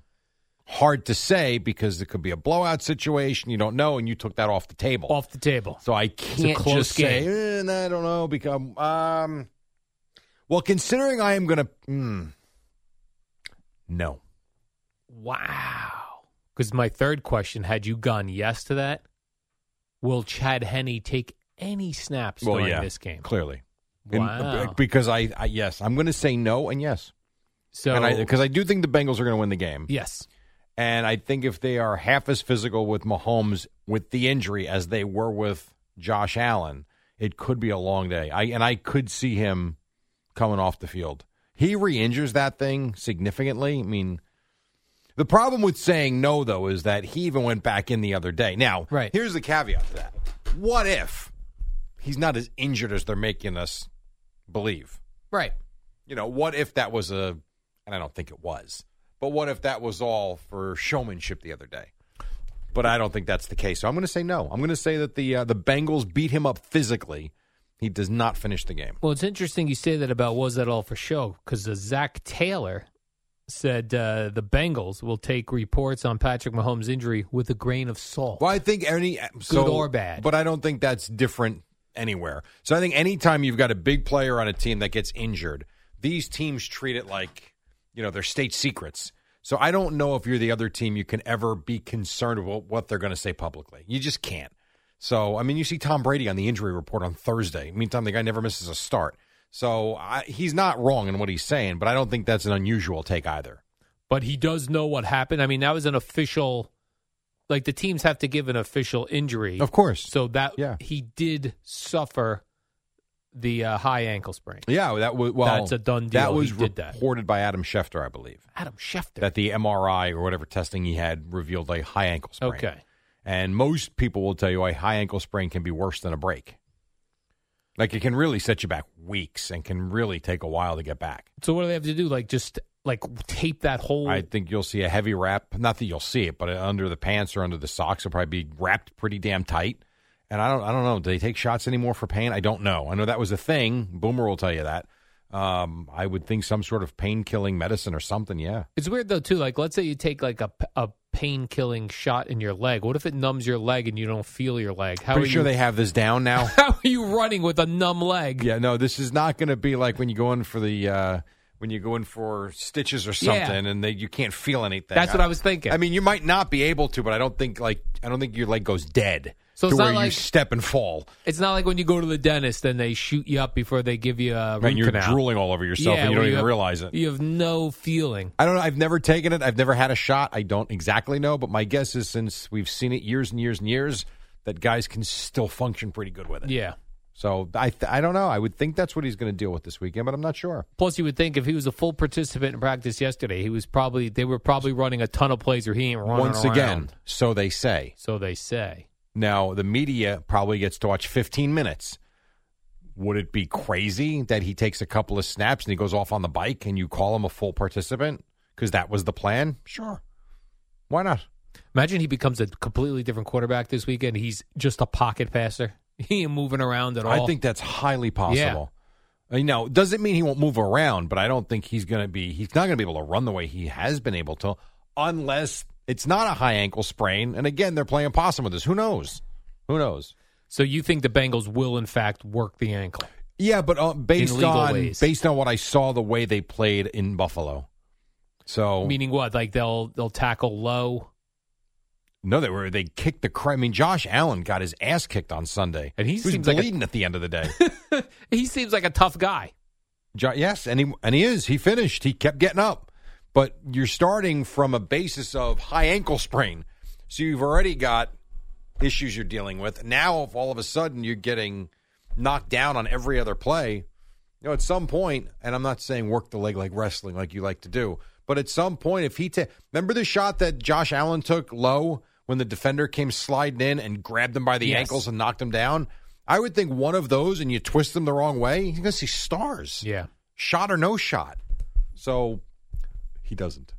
A: Hard to say because it could be a blowout situation. You don't know, and you took that off the table.
B: off the table
A: so I can't
B: close
A: just
B: game.
A: say, eh, no, I don't know. Become um, well, considering I am going to mm, no,
B: wow because my third question had you gone yes to that will chad henney take any snaps
A: well,
B: during
A: yeah,
B: this game
A: clearly, And- uh,
B: wow.
A: because I, I yes, I'm going to say no and yes,
B: so
A: and I because I do think the Bengals are going to win the game.
B: yes
A: And I think if they are half as physical with Mahomes with the injury as they were with Josh Allen, it could be a long day. I and I could see him coming off the field. He re-injures that thing significantly. I mean, the problem with saying no though is that he even went back in the other day. Now,
B: Right.
A: here's the caveat to that: What if he's not as injured as they're making us believe?
B: Right.
A: You know, what if that was a, and I don't think it was, but what if that was all for showmanship the other day? But I don't think that's the case. So I'm going to say no. I'm going to say that the uh, the Bengals beat him up physically. He does not finish the game.
B: Well, it's interesting you say that about was that all for show because Zach Taylor said uh, the Bengals will take reports on Patrick Mahomes' injury with a grain of salt.
A: Well, I think any so,
B: or bad.
A: but I don't think that's different anywhere. So I think anytime you've got a big player on a team that gets injured, these teams treat it like you know they're state secrets. So I don't know if you're the other team, you can ever be concerned about what they're going to say publicly. You just can't. So I mean, you see Tom Brady on the injury report on Thursday. Meantime, the guy never misses a start. So I, he's not wrong in what he's saying, but I don't think that's an unusual take either.
B: But he does know what happened. I mean, that was an official. Like the teams have to give an official injury,
A: Of course.
B: So that
A: Yeah.
B: he did suffer the uh, high ankle sprain.
A: Yeah, that was well.
B: That's a done
A: That
B: deal. He
A: was
B: did that.
A: reported by Adam Schefter, I believe,
B: Adam Schefter.
A: that the MRI or whatever testing he had revealed a high ankle sprain.
B: Okay.
A: and most people will tell you a high ankle sprain can be worse than a break. Like it can really set you back weeks and can really take a while to get back.
B: So what do they have to do? Like just like tape that whole.
A: I think you'll see a heavy wrap. Not that you'll see it, but under the pants or under the socks, will probably be wrapped pretty damn tight. And I don't, I don't know. Do they take shots anymore for pain? I don't know. I know that was a thing. Boomer will tell you that. Um, I would think some sort of pain killing medicine or something. Yeah.
B: It's weird though too. Like, let's say you take like a, p- a pain killing shot in your leg. What if it numbs your leg and you don't feel your leg? How
A: Pretty
B: are
A: sure
B: you,
A: they have this down
B: [LAUGHS]
A: now.
B: How are you running with a numb leg?
A: yeah. No, this is not going to be like when you go in for the. Uh, when you go in for stitches or
B: Yeah.
A: something, and they, you can't feel anything.
B: That's what I was thinking.
A: I mean, you might not be able to, but I don't think like I don't think your leg goes dead
B: So
A: to
B: it's not
A: where you
B: like-
A: step and fall.
B: It's not like when you go to the dentist and they shoot you up before they give you a root
A: and you're
B: canal.
A: drooling all over yourself
B: Yeah,
A: and you
B: where
A: don't even
B: have-
A: realize it.
B: You have no feeling.
A: I don't know. I've never taken it. I've never had a shot. I don't exactly know, but my guess is since we've seen it years and years and years, that guys can still function pretty good with it.
B: Yeah.
A: So I th- I don't know. I would think that's what he's going to deal with this weekend, but I'm not sure.
B: Plus, you would think if he was a full participant in practice yesterday, he was probably they were probably running a ton of plays, or he ain't running
A: Once
B: around.
A: again, so they say.
B: So they say.
A: Now the media probably gets to watch 15 minutes. Would it be crazy that he takes a couple of snaps and he goes off on the bike and you call him a full participant because that was the plan? Sure. Why not?
B: Imagine he becomes a completely different quarterback this weekend. He's just a pocket passer. [LAUGHS] He ain't moving around at all.
A: I think that's highly possible. Uh, You know, doesn't mean he won't move around, but I don't think he's going to be. He's not going to be able to run the way he has been able to, unless it's not a high ankle sprain. And again, they're playing possum with this. Who knows? Who knows?
B: So you think the Bengals will in fact work the ankle?
A: Yeah, but uh, based
B: legal
A: on
B: ways.
A: based on what I saw, the way they played in Buffalo. So
B: Meaning what? Like they'll they'll tackle low,
A: no, they were they kicked the. Cra- I mean, Josh Allen got his ass kicked on Sunday,
B: and he,
A: was
B: seems like a,
A: bleeding at the end of the day.
B: he seems like a tough guy.
A: Jo- Yes, and he and he is. He finished. He kept getting up. But you're starting from a basis of high ankle sprain. So you've already got issues you're dealing with. Now if all of a sudden you're getting knocked down on every other play, you know, at some point, and I'm not saying work the leg like wrestling like you like to do, but at some point if he ta- remember the shot that Josh Allen took low when the defender came sliding in and grabbed him by the
B: Yes.
A: ankles and knocked him down? I would think one of those and you twist them the wrong way, you're gonna see stars
B: Yeah.
A: shot or no shot. So he doesn't.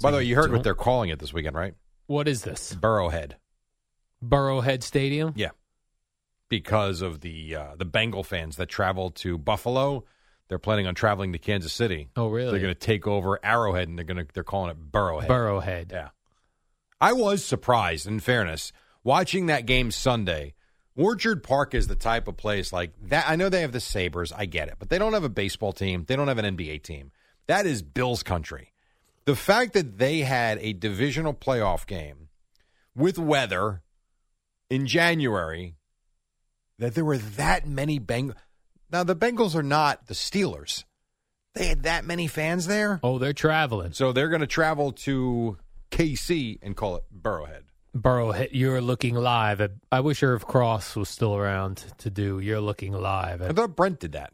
A: By the way, you heard what they're calling it this weekend, right?
B: What is this?
A: Burrowhead.
B: Burrowhead Stadium?
A: Yeah, because of the uh, the Bengal fans that travel to Buffalo, they're planning on traveling to Kansas City.
B: Oh really?
A: They're going to take over Arrowhead, and they're going to they're calling it Burrowhead.
B: Burrowhead.
A: Yeah. I was surprised, in fairness, watching that game Sunday. Orchard Park is the type of place like that. I know they have the Sabres, I get it, but they don't have a baseball team. They don't have an NBA team. That is Bill's country. The fact that they had a divisional playoff game with weather in January, that there were that many Bengals. Now, the Bengals are not the Steelers. They had that many fans there.
B: Oh, they're traveling.
A: So they're going to travel to KC and call it Burrowhead.
B: Burrow hit You're Looking Live. At, I wish Irv Cross was still around to do You're Looking Live.
A: I thought Brent did that.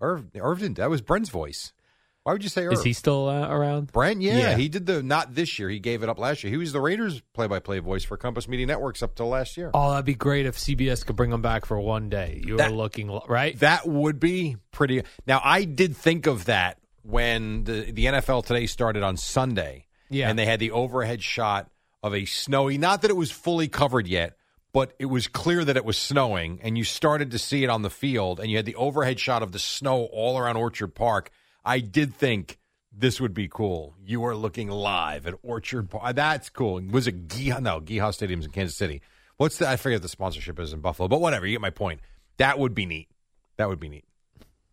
A: Irv, Irv didn't. That was Brent's voice. Why would you say Irv?
B: Is he still uh, around?
A: Brent, yeah, he did the not this year. He gave it up last year. He was the Raiders play-by-play voice for Compass Media Networks up till last year.
B: Oh, that'd be great if CBS could bring him back for one day. You're Looking Li- right.
A: That would be pretty. Now, I did think of that when the the NFL Today started on Sunday.
B: Yeah.
A: and they had the overhead shot of a snowy. Not that it was fully covered yet, but it was clear that it was snowing, and you started to see it on the field, and you had the overhead shot of the snow all around Orchard Park. I did think. This would be cool. You are looking live at Orchard Park. That's cool. Was it Geehaw? No, Geehaw Stadium's in Kansas City. What's the? I forget what the sponsorship is in Buffalo, but whatever. You get my point. That would be neat. That would be neat.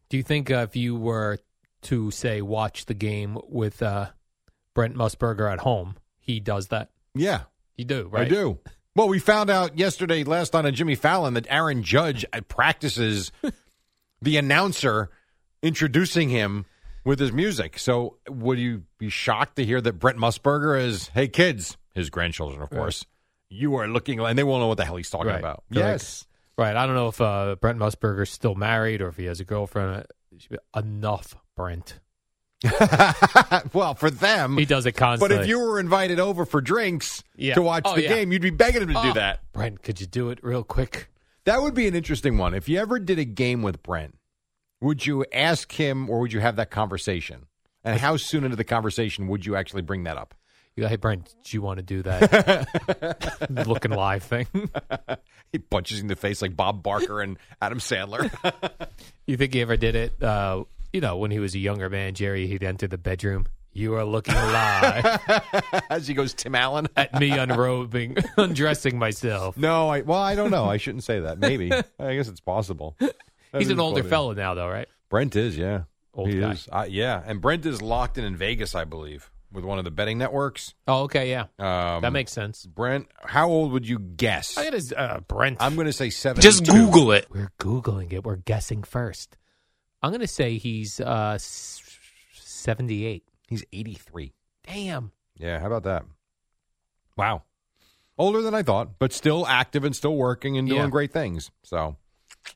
B: Do you think uh, if you were to say watch the game with uh, Brent Musburger at home, he does that?
A: Yeah,
B: You do, right?
A: I do. Well, we found out yesterday, last night on Jimmy Fallon, that Aaron Judge uh,
B: [LAUGHS]
A: practices the announcer introducing him with his music. So, would you be shocked to hear that Brent Musburger is, hey, kids, his grandchildren, of course, you are looking, and they won't know what the hell he's talking
B: Right.
A: about.
B: You're like- right. I don't know if uh, Brent Musburger's still married or if he has a girlfriend. It should be Enough, Brent.
A: [LAUGHS] well, for them,
B: He does it constantly.
A: But if you were invited over for drinks
B: Yeah.
A: to watch
B: Oh,
A: the
B: yeah.
A: game, you'd be begging him to
B: Oh,
A: do that.
B: Brent, could you do it real quick?
A: That would be an interesting one. If you ever did a game with Brent, would you ask him or would you have that conversation? And how soon into the conversation would you actually bring that up?
B: You go, hey, Brent, do you want to do that
A: [LAUGHS]
B: looking live thing?
A: [LAUGHS]
B: [LAUGHS]
A: He punches you in the face like Bob Barker and Adam [LAUGHS] Sandler.
B: You think he ever did it? Uh, you know, when he was a younger man, Jerry, he'd enter the bedroom. You are looking
A: [LAUGHS]
B: alive
A: As he goes, Tim Allen.
B: at me unrobing, undressing myself.
A: No, I well, I don't know. I shouldn't say that. [LAUGHS] Maybe. I guess it's possible. That
B: He's
A: is
B: an older
A: funny.
B: fellow now, though, right?
A: Brent is, yeah.
B: Old
A: he
B: guy.
A: is. Uh, yeah. And Brent is locked in in Vegas, I believe, with one of the betting networks.
B: Oh, okay, yeah,
A: Um,
B: that makes sense.
A: Brent, how old would you guess?
B: I got his uh, Brent.
A: I'm going to say seven.
B: it. We're googling it. We're guessing first. I'm going to say he's uh, s- 78.
A: He's 83.
B: Damn.
A: Yeah, how about that? Wow. Older than I thought, but still active and still working and doing
B: Yeah.
A: great things. So,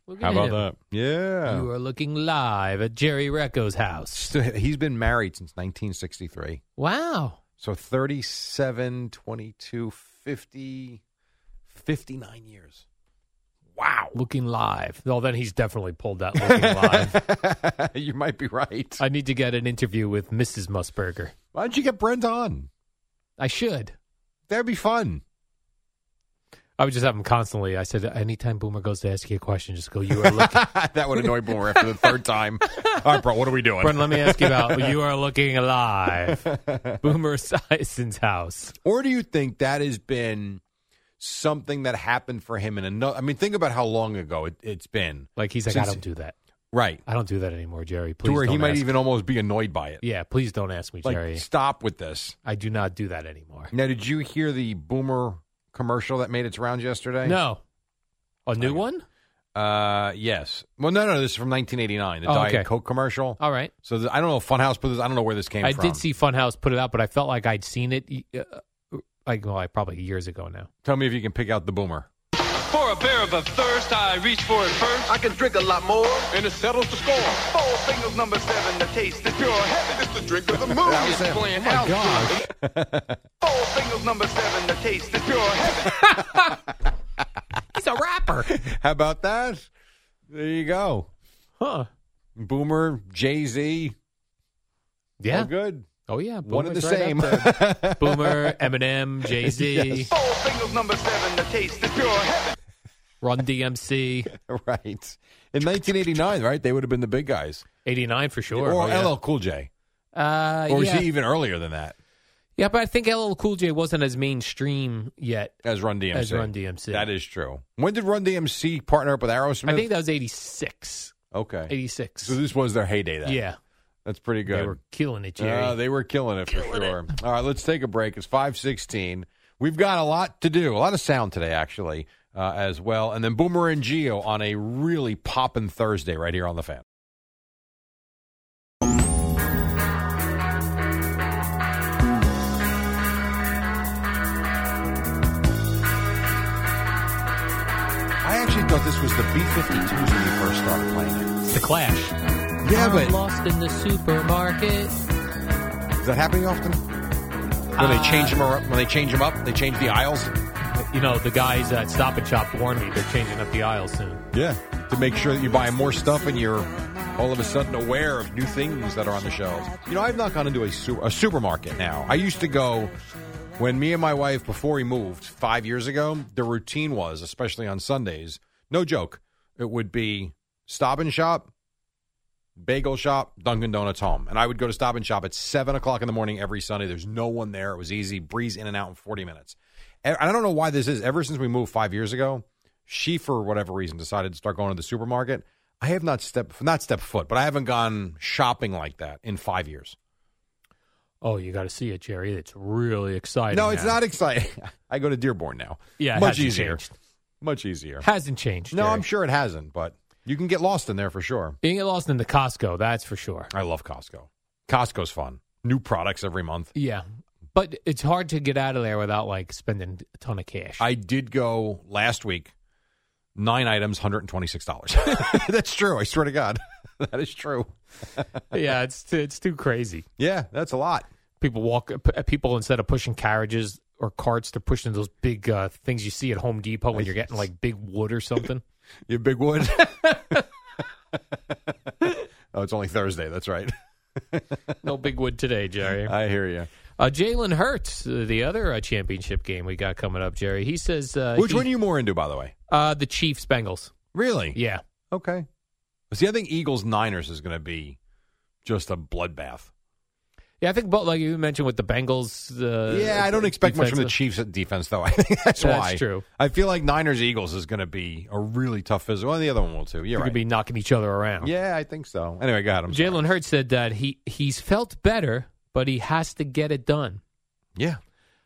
B: Look
A: how
B: at
A: about
B: him.
A: that? Yeah.
B: You uh, are looking live at Jerry Recco's house.
A: Still- he's been married since 1963.
B: Wow.
A: So 37, 22, 50, 59
B: [LAUGHS]
A: years. Wow.
B: Looking live. Well, then he's definitely pulled that
A: [LAUGHS]
B: looking live.
A: you might be right.
B: I need to get an interview with Mrs. Musburger.
A: Why don't you get Brent on?
B: I should.
A: That'd be fun.
B: I would just have him constantly. I said, anytime Boomer goes to ask you a question, just go, you are looking.
A: [LAUGHS] that would annoy Boomer after the third
B: [LAUGHS]
A: time. All right, bro, what are we doing?
B: Brent, let me ask you
A: [LAUGHS]
B: about you are looking alive. Boomer Sison's house.
A: Or do you think that has been something that happened for him in another? I mean, think about how long ago it, it's been.
B: Like he's like, I
A: Since-
B: don't do that.
A: Right.
B: I don't do that anymore, Jerry. Please
A: To where
B: don't
A: he might
B: ask-
A: even almost be annoyed by it.
B: Yeah, please don't ask me,
A: Like,
B: Jerry.
A: stop with this.
B: I do not do that anymore.
A: Now, did you hear the Boomer commercial that made its rounds yesterday?
B: No. A new one?
A: Uh, yes. Well, no, no, this is from 1989, the
B: Oh,
A: Diet
B: okay.
A: Coke commercial.
B: All right.
A: So the, I don't know if Funhouse put this, I don't know where this came
B: I
A: from.
B: did see Funhouse put it out, but I felt like I'd seen it uh, like well, like probably years ago now.
A: Tell me if you can pick out the Boomer.
G: For a barrel of thirst, I reach for it first. I can drink a lot more, and it settles the score. Four fingers, number seven, the taste is pure heaven. It's the drink of the moon.
A: That was
G: It's
A: it.
G: playing
A: Oh My
G: house.
A: gosh.
G: Four fingers, number seven, the taste is pure heaven.
B: He's a rapper.
A: How about that? There you go.
B: huh.
A: Boomer, Jay Z.
B: Yeah.
A: good.
B: Oh yeah.
A: One and the
B: Boomer's right up
A: same.
B: there.
A: [LAUGHS]
B: Boomer, Eminem, Jay Z,
A: Yes.
G: Four fingers, number seven, the taste is pure heaven.
B: Run DMC,
A: [LAUGHS] right. In 1989, right? They would have been the big guys.
B: eighty nine for sure.
A: or
B: Oh, yeah.
A: LL Cool J.
B: Uh,
A: Or is
B: yeah.
A: he even earlier than that
B: yeah, but I think LL Cool J wasn't as mainstream yet.
A: as Run DMC?
B: As Run DMC.
A: That is true. When did Run DMC partner up with Aerosmith?
B: I think that was 86.
A: okay.
B: 86.
A: So this was their heyday then.
B: yeah,
A: That's pretty good.
B: they were killing it, Jerry.
A: Uh, they were killing it for sure. All right, let's take a break. It's five sixteen. We've got a lot to do, a lot of sound today, actually, uh, as well. And then Boomer and Geo on a really poppin' Thursday right here on the fan. thought this was the B-52s when we first started playing it.
B: The Clash.
A: Yeah, but
B: lost in the supermarket.
A: is that happening often? When they change them up, when they change them up, they change the aisles.
B: You know, the guys at Stop and Shop warned me they're changing up the aisles soon.
A: Yeah, to make sure that you buy more stuff and you're all of a sudden aware of new things that are on the shelves. You know, I've not gone into a, su- a supermarket now. I used to go when me and my wife before we moved five years ago. The routine was, especially on Sundays, no joke, it would be Stop and Shop, bagel shop, Dunkin' Donuts home. And I would go to Stop and Shop at 7 o'clock in the morning every Sunday. There's no one there. It was easy. Breeze in and out in 40 minutes. And I don't know why this is. Ever since we moved five years ago, she, for whatever reason, decided to start going to the supermarket. I have not stepped, not stepped foot, but I haven't gone shopping like that in five years.
B: Oh, you got to see it, Jerry. It's really exciting.
A: No, it's
B: now.
A: not exciting. [LAUGHS] I go to Dearborn now.
B: Yeah, it
A: Much
B: hasn't
A: easier.
B: changed.
A: Much easier.
B: Hasn't changed.
A: e- No,
B: Jerry.
A: I'm sure it hasn't, but you can get lost in there for sure.
B: You can get lost in the Costco, that's for sure.
A: I love Costco. Costco's fun. New products every month.
B: Yeah. But it's hard to get out of there without like spending a ton of cash.
A: I did go last week. Nine items, hundred and twenty-six dollars. [LAUGHS] that's true. I swear to God, [LAUGHS] that is true.
B: [LAUGHS] yeah, it's too, it's too crazy.
A: Yeah, that's a lot.
B: People walk. p- People instead of pushing carriages or carts, they're pushing those big uh, things you see at Home Depot when you're getting like big wood or something.
A: You big wood. [LAUGHS] oh, it's only Thursday. That's right.
B: [LAUGHS] no big wood today, Jerry.
A: I hear you.
B: Uh, Jalen Hurts, uh, the other uh, championship game we got coming up, Jerry. He says, uh,
A: Which
B: he-
A: one are you more into, by the way?
B: Uh, the Chiefs Bengals.
A: Really?
B: Yeah.
A: Okay. See, I think Eagles Niners is going to be just a bloodbath.
B: Yeah, I think, but like you mentioned with the Bengals. Uh,
A: yeah, I don't expect much from the
B: defensive-
A: Chiefs at defense, though. [LAUGHS] I think that's,
B: That's
A: why.
B: true.
A: I feel like Niners Eagles is going to be a really tough physical. Well, the other one will too.
B: They're
A: You're
B: going
A: right.
B: to be knocking each other around.
A: yeah, I think so. Anyway, got him.
B: Jalen Hurts said that he he's felt better, but he has to get it done.
A: Yeah.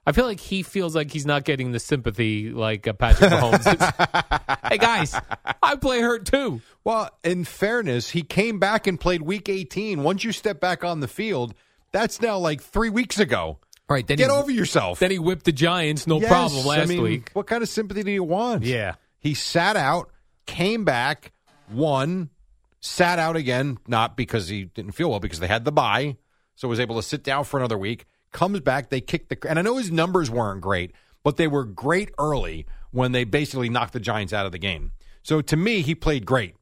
B: I feel like he feels like he's not getting the sympathy like uh, Patrick Mahomes.
A: [LAUGHS]
B: It's- hey guys, I play hurt too.
A: Well, in fairness, he came back and played week 18. Once you step back on the field, that's now like three weeks ago.
B: All right, then
A: Get
B: he-
A: over yourself.
B: Then he whipped the Giants, no
A: Yes,
B: problem,
A: I
B: last
A: mean,
B: week.
A: What kind of sympathy do you want?
B: Yeah.
A: He sat out, came back, won, sat out again, not because he didn't feel well, because they had the bye, so was able to sit down for another week, comes back, they kicked the and I know his numbers weren't great, but they were great early when they basically knocked the Giants out of the game. So to me, he played great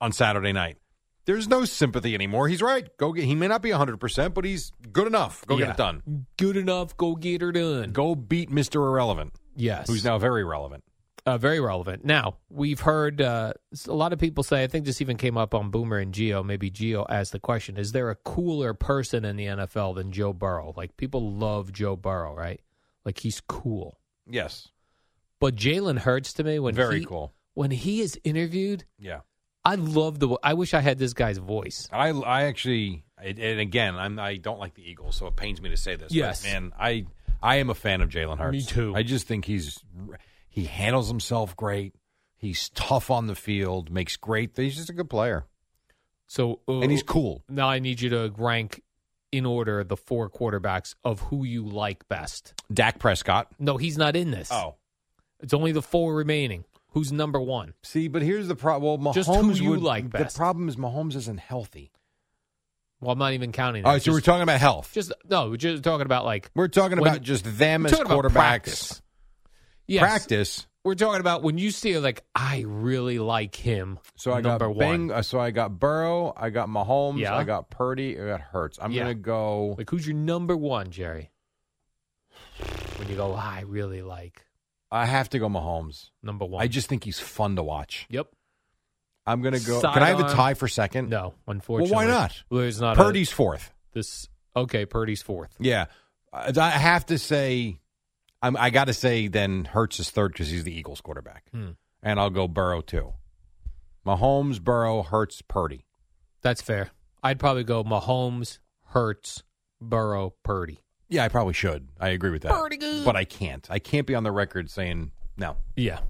A: on Saturday night. There's no sympathy anymore. He's right. Go get he may not be 100%, but he's good enough. Go get
B: Yeah.
A: it done.
B: Good enough, go get her done.
A: Go beat Mr. Irrelevant,
B: Yes.
A: who's now very relevant.
B: uh, very relevant. Now, we've heard uh, s- a lot of people say, I think this even came up on Boomer and Geo. Maybe Geo asked the question Is there a cooler person in the NFL than Joe Burrow? Like, people love Joe Burrow, right? Like, he's cool.
A: Yes.
B: But Jalen Hurts to me when
A: Very
B: he,
A: cool.
B: When he is interviewed,
A: Yeah.
B: I love the. I wish I had this guy's voice.
A: I, I actually, and and again, I'm, I don't like the Eagles, so it pains me to say this.
B: Yes.
A: But man, I, I am a fan of Jalen Hurts.
B: Me too.
A: I just think he's, he handles himself great. He's tough on the field, makes great. He's just a good player.
B: So uh,
A: And he's cool.
B: Now I need you to rank in order the four quarterbacks of who you like best.
A: Dak Prescott.
B: No, he's not in this.
A: Oh.
B: It's only the four remaining. Who's number one?
A: See, but here's the problem. Well, Mahomes
B: Just who you
A: would-
B: like best.
A: The problem is Mahomes isn't healthy.
B: Well, I'm not even counting. That.
A: All right, so we're
B: Just-
A: talking about health.
B: Just no, we're just talking about like
A: We're talking
B: when-
A: about just them
B: we're
A: as
B: talking about
A: quarterbacks.
B: practice. yes.
A: Practice.
B: We're talking about when you see like I really like him.
A: So I
B: number
A: got
B: one.
A: Bing, uh, so I got Burrow, I got Mahomes,
B: Yeah.
A: I got Purdy, I got Hurts. I'm
B: Yeah.
A: gonna go.
B: Like who's your number one, Jerry? When you go, "Ah, I really like
A: I have to go Mahomes.
B: number one.
A: I just think he's fun to watch.
B: yep.
A: I'm gonna go. Can I have a
B: Sidearm.
A: tie for second?
B: No, unfortunately.
A: not?
B: Well, There's not a-
A: Purdy's fourth.
B: this. Okay, Purdy's fourth.
A: Yeah, I I have to say, I'm, I got to say then Hurts is third because he's the Eagles quarterback,
B: Hmm.
A: and I'll go Burrow too. Mahomes, Burrow, Hurts, Purdy.
B: That's fair. I'd probably go Mahomes, Hurts, Burrow, Purdy.
A: Yeah, I probably should. I agree with that.
B: Purdy good.
A: but I can't. I can't be on the record saying no.
B: Yeah.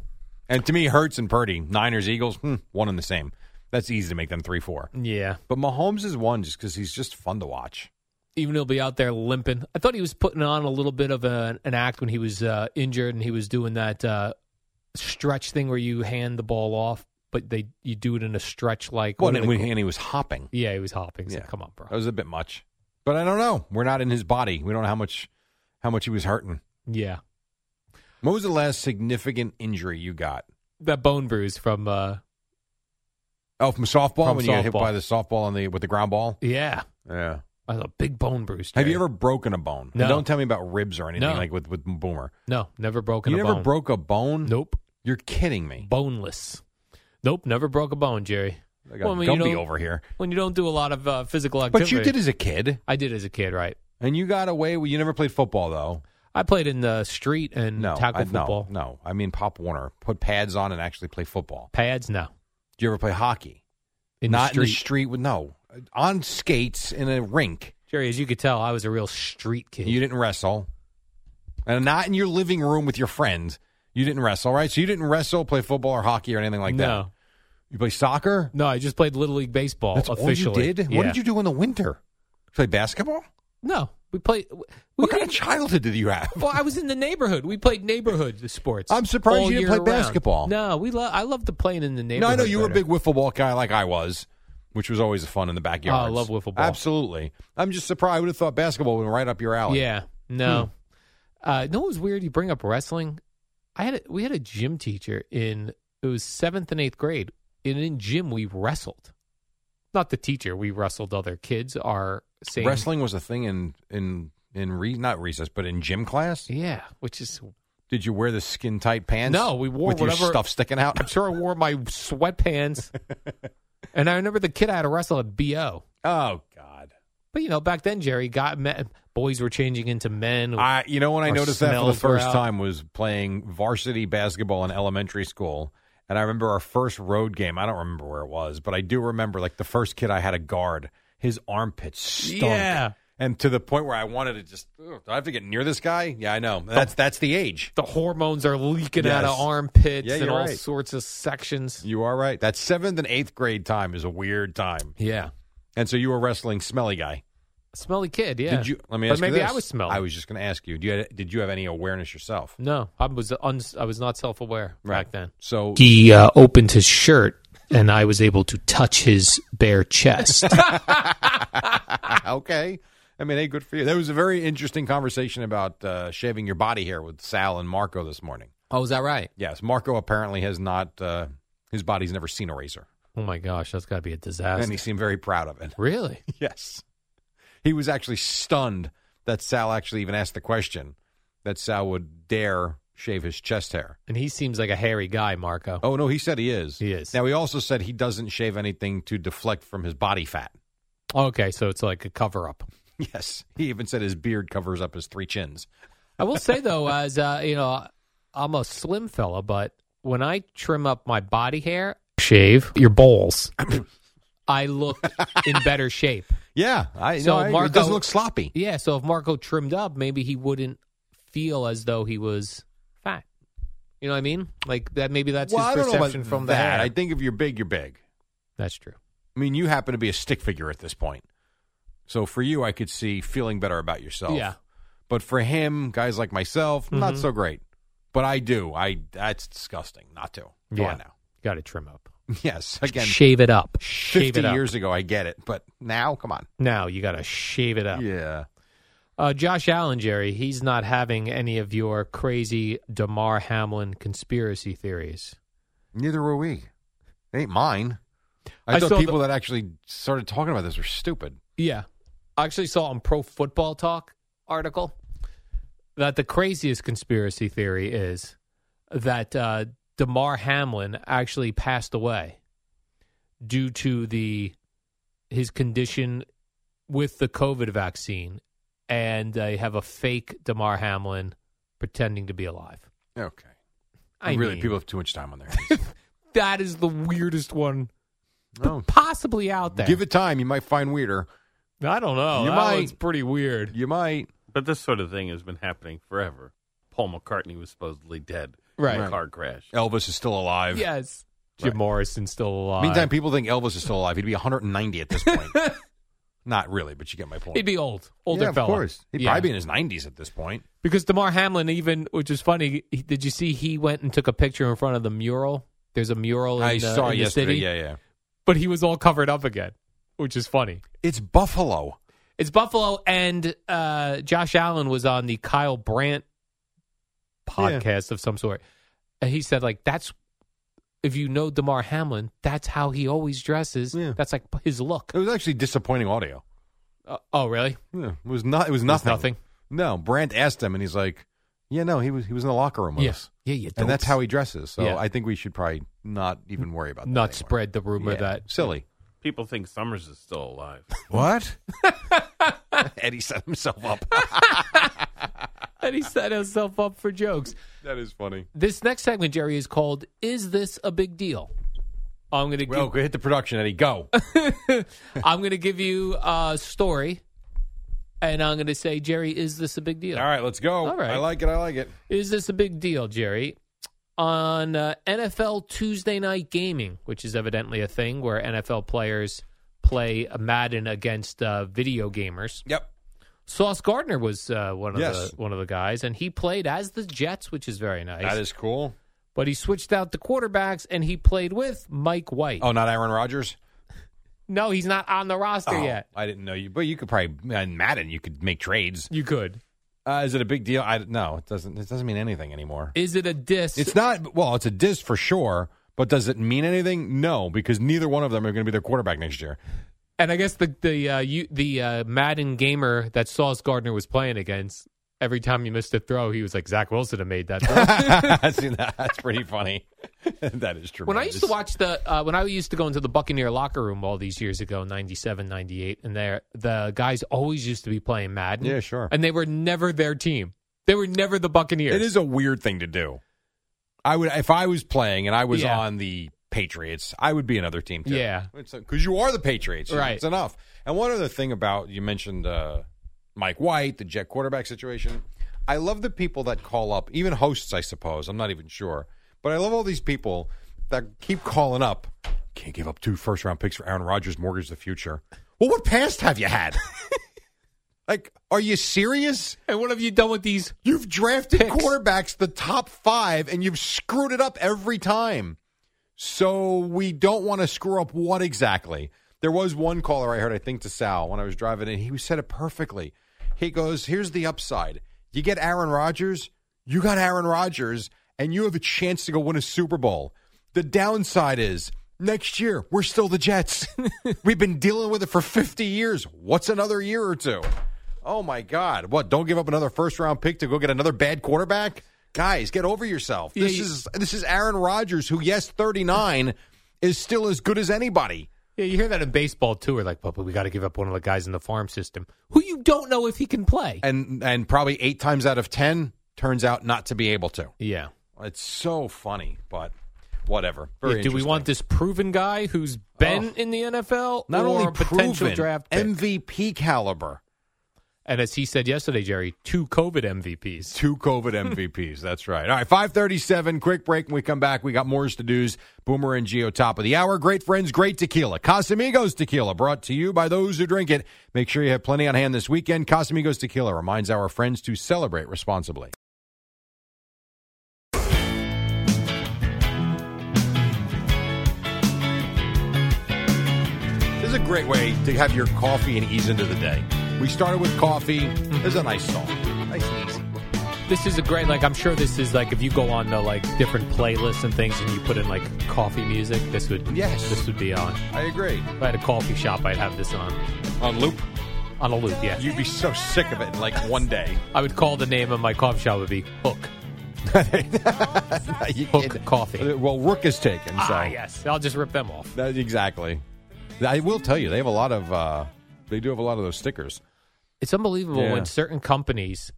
A: And to me, Hurts and Purdy, Niners, Eagles, hmm, one and the same. That's easy to make them three, four.
B: Yeah.
A: But Mahomes is one just because he's just fun to watch.
B: Even he'll be out there limping. I thought he was putting on a little bit of a, an act when he was uh, injured and he was doing that uh, stretch thing where you hand the ball off, but they you do it in a stretch like.
A: Well,
B: what do
A: and,
B: they
A: we,
B: call-
A: and he was hopping.
B: Yeah, he was hopping. So
A: Yeah. Uh,
B: come on, bro.
A: That was a bit much, but I don't know. We're not in his body. We don't know how much how much he was hurting.
B: Yeah,
A: What was the last significant injury you got?
B: that bone bruise from. uh
A: Oh, from softball
B: From
A: when you got hit
B: softball.
A: by the softball on the with the ground ball.
B: Yeah,
A: Yeah.
B: that was a big bone bruise.
A: Have
B: Jerry.
A: you ever broken a bone?
B: No.
A: Don't tell me about ribs or anything
B: No.
A: like with with Boomer.
B: No, never broken.
A: you
B: a
A: never
B: bone.
A: broke a bone?
B: Nope.
A: You're kidding me.
B: Boneless. Nope, never broke a bone, Jerry.
A: I got
B: Well, when you
A: Gumby
B: don't-
A: over here.
B: When you don't do a lot of uh, physical activity,
A: But you did as a kid,
B: I did as a kid, right?
A: and you got away. Well, you never played football though.
B: I played in the street and
A: No,
B: Mm, tackle
A: I- no,
B: football.
A: No, I mean Pop Warner put pads on and actually play football.
B: Pads, no.
A: Did you ever play hockey?
B: In
A: Not
B: the
A: in the
B: street.
A: street with no on skates in a rink.
B: Jerry, as you could tell, I was a real street kid.
A: You didn't wrestle, and not in your living room with your friends. You didn't wrestle, right? So you didn't wrestle, play football or hockey or anything like that.
B: no,
A: You play soccer.
B: no, I just played little league baseball.
A: That's
B: officially,
A: all you did.
B: Yeah.
A: What did you do in the winter? Play basketball.
B: No, we played. We
A: what kind of childhood did you have?
B: [LAUGHS] Well, I was in the neighborhood. We played neighborhood sports.
A: I'm surprised
B: all
A: you didn't play
B: year round.
A: basketball.
B: No, we love. I loved the playing in the
A: No,
B: neighborhood.
A: I know you were a
B: better.
A: big wiffle ball guy like I was, which was always fun in the backyard.
B: Oh, I love wiffle ball.
A: Absolutely. I'm just surprised. I would have thought basketball would have been right up your alley.
B: Yeah. No.
A: Hmm.
B: Uh, no, it was weird. You bring up wrestling. I had a, we had a gym teacher in it was seventh and eighth grade, and in gym we wrestled. Not the teacher. We wrestled other kids. Our same
A: Wrestling was a thing in in in re, not recess, but in gym class.
B: Yeah, which is
A: Did you wear the skin tight pants?
B: No, we wore
A: with
B: whatever-
A: your stuff sticking out.
B: I'm [LAUGHS] sure I wore my
A: [LAUGHS]
B: sweatpants. and I remember the kid I had to wrestle at BO.
A: Oh God.
B: But you know, back then Jerry got men, boys were changing into men.
A: I, you know when I
B: Our
A: noticed that for the
B: smells were
A: first
B: out.
A: time was playing varsity basketball in elementary school. And I remember our first road game. I don't remember where it was, but I do remember like the first kid I had a guard, his armpits stunk.
B: Yeah.
A: And to the point where I wanted to just, "Ugh, do I have to get near this guy? Yeah, I know. That's that's the age.
B: the hormones are leaking out
A: Yes.
B: of armpits
A: Yeah,
B: and
A: you're
B: all
A: right.
B: sorts of sections.
A: You are right. That seventh and eighth grade time is a weird time.
B: Yeah.
A: And so you were wrestling smelly guy.
B: Smelly kid, yeah.
A: Did you? Let me
B: But
A: ask you
B: maybe I
A: this.
B: was smelly.
A: I was just going to ask you. Do you did you have any awareness yourself?
B: No, I was un- I was not self aware back then.
A: So
B: He uh, opened his shirt, and I was able to touch his bare
A: [LAUGHS]
B: chest.
A: okay. I mean, hey, good for you. There was a very interesting conversation about uh, shaving your body hair with Sal and Marco this morning.
B: oh, is that right?
A: Yes, Marco apparently has not. Uh, his body's never seen a razor,
B: Oh my gosh, that's got to be a disaster.
A: and he seemed very proud
B: [LAUGHS]
A: of it.
B: really?
A: Yes, he was actually stunned that Sal actually even asked the question that Sal would dare shave his chest hair.
B: And he seems like a hairy guy, Marco.
A: Oh no, he said he is.
B: He is.
A: Now he also said he doesn't shave anything to deflect from his body fat. [LAUGHS] Oh.
B: Okay, so it's like a cover up.
A: Yes, he even said his beard covers up his three chins.
B: I will say though, [LAUGHS] as uh, you know, I'm a slim fella, but when I trim up my body hair, shave your
A: [COUGHS]
B: balls, I look in better shape.
A: Yeah, I
B: So
A: know. I-
B: Marco-
A: it doesn't look sloppy.
B: Yeah, so if Marco trimmed up, maybe he wouldn't feel as though he was fat. You know what I mean? Like that. Maybe that's
A: well, I
B: his
A: don't know
B: perception
A: about
B: from the
A: that.
B: hair.
A: I think if you're big, you're big.
B: that's true.
A: I mean, you happen to be a stick figure at this point, so for you, I could see feeling better about yourself.
B: Yeah. Mm-hmm.
A: but for him, guys like myself, not so great. But I do. I that's disgusting. Not to. Go
B: Yeah.
A: on now. [LAUGHS]
B: Got to trim up.
A: Yes. Again,
B: shave it up. Shave
A: fifty
B: it up.
A: years ago, I get it, but now, come on.
B: Now you got to shave it up.
A: Yeah.
B: Uh, Josh Allen, Jerry, he's not having any of your crazy Damar Hamlin conspiracy theories.
A: Neither were we. It ain't mine. I,
B: I
A: thought
B: saw the-
A: people that actually started talking about this were stupid.
B: Yeah. I actually saw on Pro Football Talk article that the craziest conspiracy theory is that uh, DeMar Hamlin actually passed away due to the his condition with the COVID vaccine, and they have a fake DeMar Hamlin pretending to be alive.
A: Okay.
B: I
A: really,
B: mean,
A: people have too much
B: [LAUGHS]
A: time on their hands.
B: that is the weirdest one
A: No.
B: possibly out there.
A: Give it time. You might find weirder.
B: I don't know.
A: You
B: that
A: might-
B: one's pretty weird.
A: You might.
H: But this sort of thing has been happening forever. Paul McCartney was supposedly dead in
B: Right.
H: a car crash.
A: Elvis is still alive.
B: Yes. Jim Morrison's still alive. [LAUGHS]
A: Meantime, people think Elvis is still alive. He'd be 190 at this point. Not really, but you get my point.
B: He'd be old, older
A: yeah, of
B: fella.
A: course. He'd
B: Yeah.
A: probably be in his 90s at this point.
B: Because Damar Hamlin, even which is funny, he, did you see he went and took a picture in front of the mural? There's a mural. In
A: I
B: the,
A: saw
B: uh, in the
A: yesterday.
B: city,
A: Yeah, yeah.
B: But he was all covered up again, which is funny.
A: It's Buffalo.
B: It's Buffalo, and uh, Josh Allen was on the Kyle Brandt podcast of some sort, and he said like that's if you know Damar Hamlin, that's how he always dresses. That's like his look.
A: It was actually disappointing audio.
B: Uh, oh, really?
A: Yeah, it was not. It was
B: It was
A: nothing.
B: nothing?
A: No, Brandt asked him, and he's like, "Yeah, no, he was he was in the locker room with
B: Yeah.
A: us.
B: Yeah, you
A: and that's
B: dopes.
A: how he dresses. So
B: Yeah.
A: I think we should probably not even worry about that.
B: Not
A: anymore.
B: spread the rumor
A: Yeah, [LAUGHS]
B: that [LAUGHS]
A: silly.
H: People think Summers is still alive.
A: What? [LAUGHS] Eddie set
B: [LAUGHS]
A: himself up.
B: and he set himself up for jokes.
A: that is funny.
B: This next segment, Jerry, is called "Is This a Big Deal?" I'm going to
A: Well, hit the production, Eddie. [LAUGHS] Go.
B: [LAUGHS] I'm going to give you a story, and I'm going to say, Jerry, is this a big deal?
A: All right, let's go.
B: All right.
A: I like it. I like it.
B: Is this a big deal, Jerry? On uh, NFL Tuesday Night Gaming, which is evidently a thing where NFL players play Madden against uh, video gamers.
A: Yep.
B: Sauce Gardner was uh, one of
A: Yes.
B: the one of the guys, and he played as the Jets, which is very nice.
A: That is cool.
B: but he switched out the quarterbacks, and he played with Mike White.
A: Oh, not Aaron Rodgers.
B: No, he's not on the roster
A: Oh,
B: yet.
A: I didn't know you, but you could probably and Madden. You could make trades.
B: You could.
A: Uh, is it a big deal? I no. It doesn't. It doesn't mean anything anymore.
B: Is it a diss?
A: It's not. Well, it's a diss for sure. But does it mean anything? No, because neither one of them are going to be their quarterback next year. [LAUGHS]
B: And I guess the the uh, you, the uh, Madden gamer that Sauce Gardner was playing against, every time you missed a throw, he was like, Zach Wilson have made
A: [LAUGHS]
B: that throw.
A: See, that- that's pretty funny. [LAUGHS] that is true.
B: when I used to watch the, uh, when I used to go into the Buccaneer locker room all these years ago, 97, 98, and there, the guys always used to be playing Madden.
A: Yeah, sure.
B: And they were never their team. They were never the Buccaneers.
A: it is a weird thing to do. I would if I was playing and I was
B: Yeah.
A: on the Patriots, I would be another team too.
B: Yeah.
A: because you are the Patriots,
B: Right.
A: It's enough. And one other thing about you mentioned uh, Mike White, the Jet quarterback situation. I love the people that call up, even hosts, I suppose. I'm not even sure, but I love all these people that keep calling up. Can't give up two first round picks for Aaron Rodgers, mortgage the future. Well, what past have you had? [LAUGHS] like, are you serious?
B: And what have you done with these?
A: You've drafted
B: Picks.
A: quarterbacks the top five, and you've screwed it up every time. So we don't want to screw up what exactly. There was one caller I heard, I think, to Sal when I was driving in. He said it perfectly. He goes, Here's the upside. You get Aaron Rodgers, you got Aaron Rodgers, and you have a chance to go win a Super Bowl. The downside is next year, we're still the Jets. [LAUGHS] We've been dealing with it for 50 years. What's another year or two? Oh my God! What? Don't give up another first round pick to go get another bad quarterback, guys. Get over yourself.
B: Yeah,
A: This
B: you-
A: is this is Aaron Rodgers, who yes, thirty nine, is still as good as anybody.
B: Yeah, you hear that in baseball too. We're like, but, but we got to give up one of the guys in the farm system who you don't know if he can play.
A: And and probably eight times out of ten turns out not to be able to.
B: Yeah.
A: It's so funny, but whatever.
B: Yeah,
A: Very
B: do we
A: interesting.
B: want this proven guy who's been in the NFL
A: not
B: or
A: only
B: a potential
A: proven,
B: draft pick?
A: MVP caliber?
B: and as he said yesterday, Jerry, two COVID MVPs.
A: Two COVID MVPs. That's right. All right, 537, quick break. When we come back, we got more to do's. Boomer and Geo, top of the hour. Great friends, great tequila. Casamigos tequila, brought to you by those who drink it. Make sure you have plenty on hand this weekend. Casamigos tequila reminds our friends to celebrate responsibly. This is a great way to have your coffee and ease into the day. We started with coffee. This is a nice song. Nice and easy.
B: This is a great, like, I'm sure this is like if you go on the like different playlists and things, and you put in like coffee music, this would
A: Yes.
B: this would be on.
A: I agree.
B: If I had a coffee shop, I'd have this on
A: On loop,
B: on a loop. Yeah,
A: you'd be so sick of it in like one day. [LAUGHS]
B: I would call the name of my coffee shop would be Hook
A: You
B: Hook
A: can't-
B: Coffee.
A: Well, Rook is taken. So
B: Ah, yes, I'll just rip them off.
A: That- exactly. I will tell you, they have a lot of. Uh, they do have a lot of those stickers.
B: It's unbelievable
A: Yeah.
B: when certain companies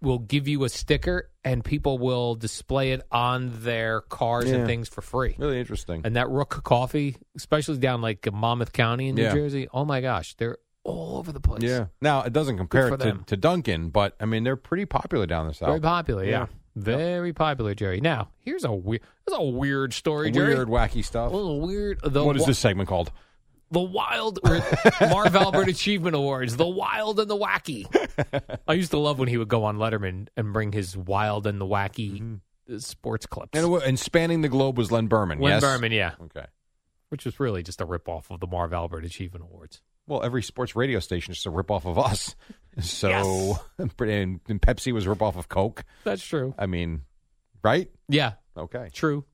B: will give you a sticker and people will display it on their cars
A: Yeah.
B: and things for free.
A: Really interesting.
B: And that Rook Coffee, especially down like in Monmouth County in New
A: Yeah.
B: Jersey, oh my gosh, they're all over the place.
A: yeah. Now it doesn't compare
B: for
A: it to,
B: them.
A: to Duncan, but I mean they're pretty popular down the south.
B: Very popular, yeah.
A: Yeah.
B: Very popular, Jerry. Now, here's a weird, here's a weird story, Jerry.
A: Weird, wacky
B: A
A: stuff.
B: little weird. The
A: what is
B: wa-
A: this segment called?
B: The Wild
A: [LAUGHS]
B: or Marv Albert Achievement Awards, The Wild and the Wacky. I used to love when he would go on Letterman and bring his Wild and the Wacky uh sports clips.
A: Mm-hmm. And, it wa- and spanning the globe was Len Berman.
B: Len
A: yes?
B: Berman, yeah.
A: Okay.
B: Which was really just a ripoff of the Marv Albert Achievement Awards.
A: Well, every sports radio station is just a ripoff of us. [LAUGHS] So, [LAUGHS] and, and Pepsi was a ripoff of Coke.
B: That's true.
A: I mean, right?
B: Yeah.
A: Okay.
B: True.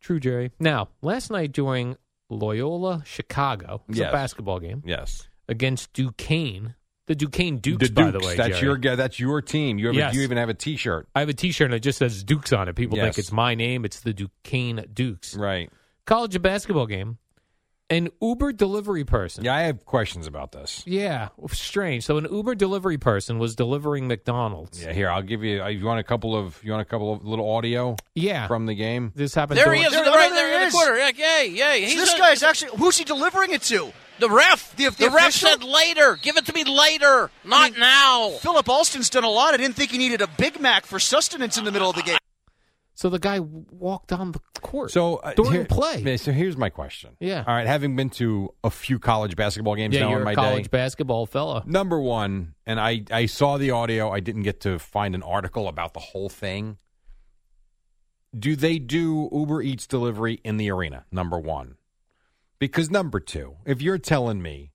B: True, Jerry. Now, last night during Loyola Chicago, it's
A: Yes.
B: a basketball game
A: Yes.
B: against Duquesne. The Duquesne Dukes, by the way.
A: that's
B: Jerry.
A: your your that's your team. You have a-
B: Yes.
A: you even have a T-shirt,
B: I have a T-shirt and it just says Dukes on it. People
A: Yes.
B: think it's my name. It's the Duquesne Dukes
A: right?
B: college basketball game. An Uber delivery person.
A: Yeah, I have questions about this.
B: Yeah, strange. So an Uber delivery person was delivering McDonald's.
A: Yeah, here I'll give you. uh, You want a couple of you want a couple of little audio
B: Yeah.
A: from the game?
B: This happened.
I: There
B: during-
I: he is,
J: There-
I: right
J: no,
I: there,
J: there he
I: in the
J: is.
I: corner. Like, yay, yay. He's
J: this
I: a-
J: guy's actually. Who's he delivering it to?
I: the ref.
J: The-
I: The,
J: the
I: ref
J: official?
I: said later. Give it to me later, not now.
J: Philip Alston's done a lot. I didn't think he needed a Big Mac for sustenance in the middle of the game.
B: So the guy walked on the court.
A: So uh,
B: during
A: here-
B: play.
A: yeah, So here's my question.
B: Yeah.
A: All right. Having been to a few college basketball games
B: yeah,
A: now
B: you're
A: in my
B: a college
A: day,
B: basketball fella.
A: number one, and I I saw the audio. I didn't get to find an article about the whole thing. Do they do Uber Eats delivery in the arena? Number one, because number two, if you're telling me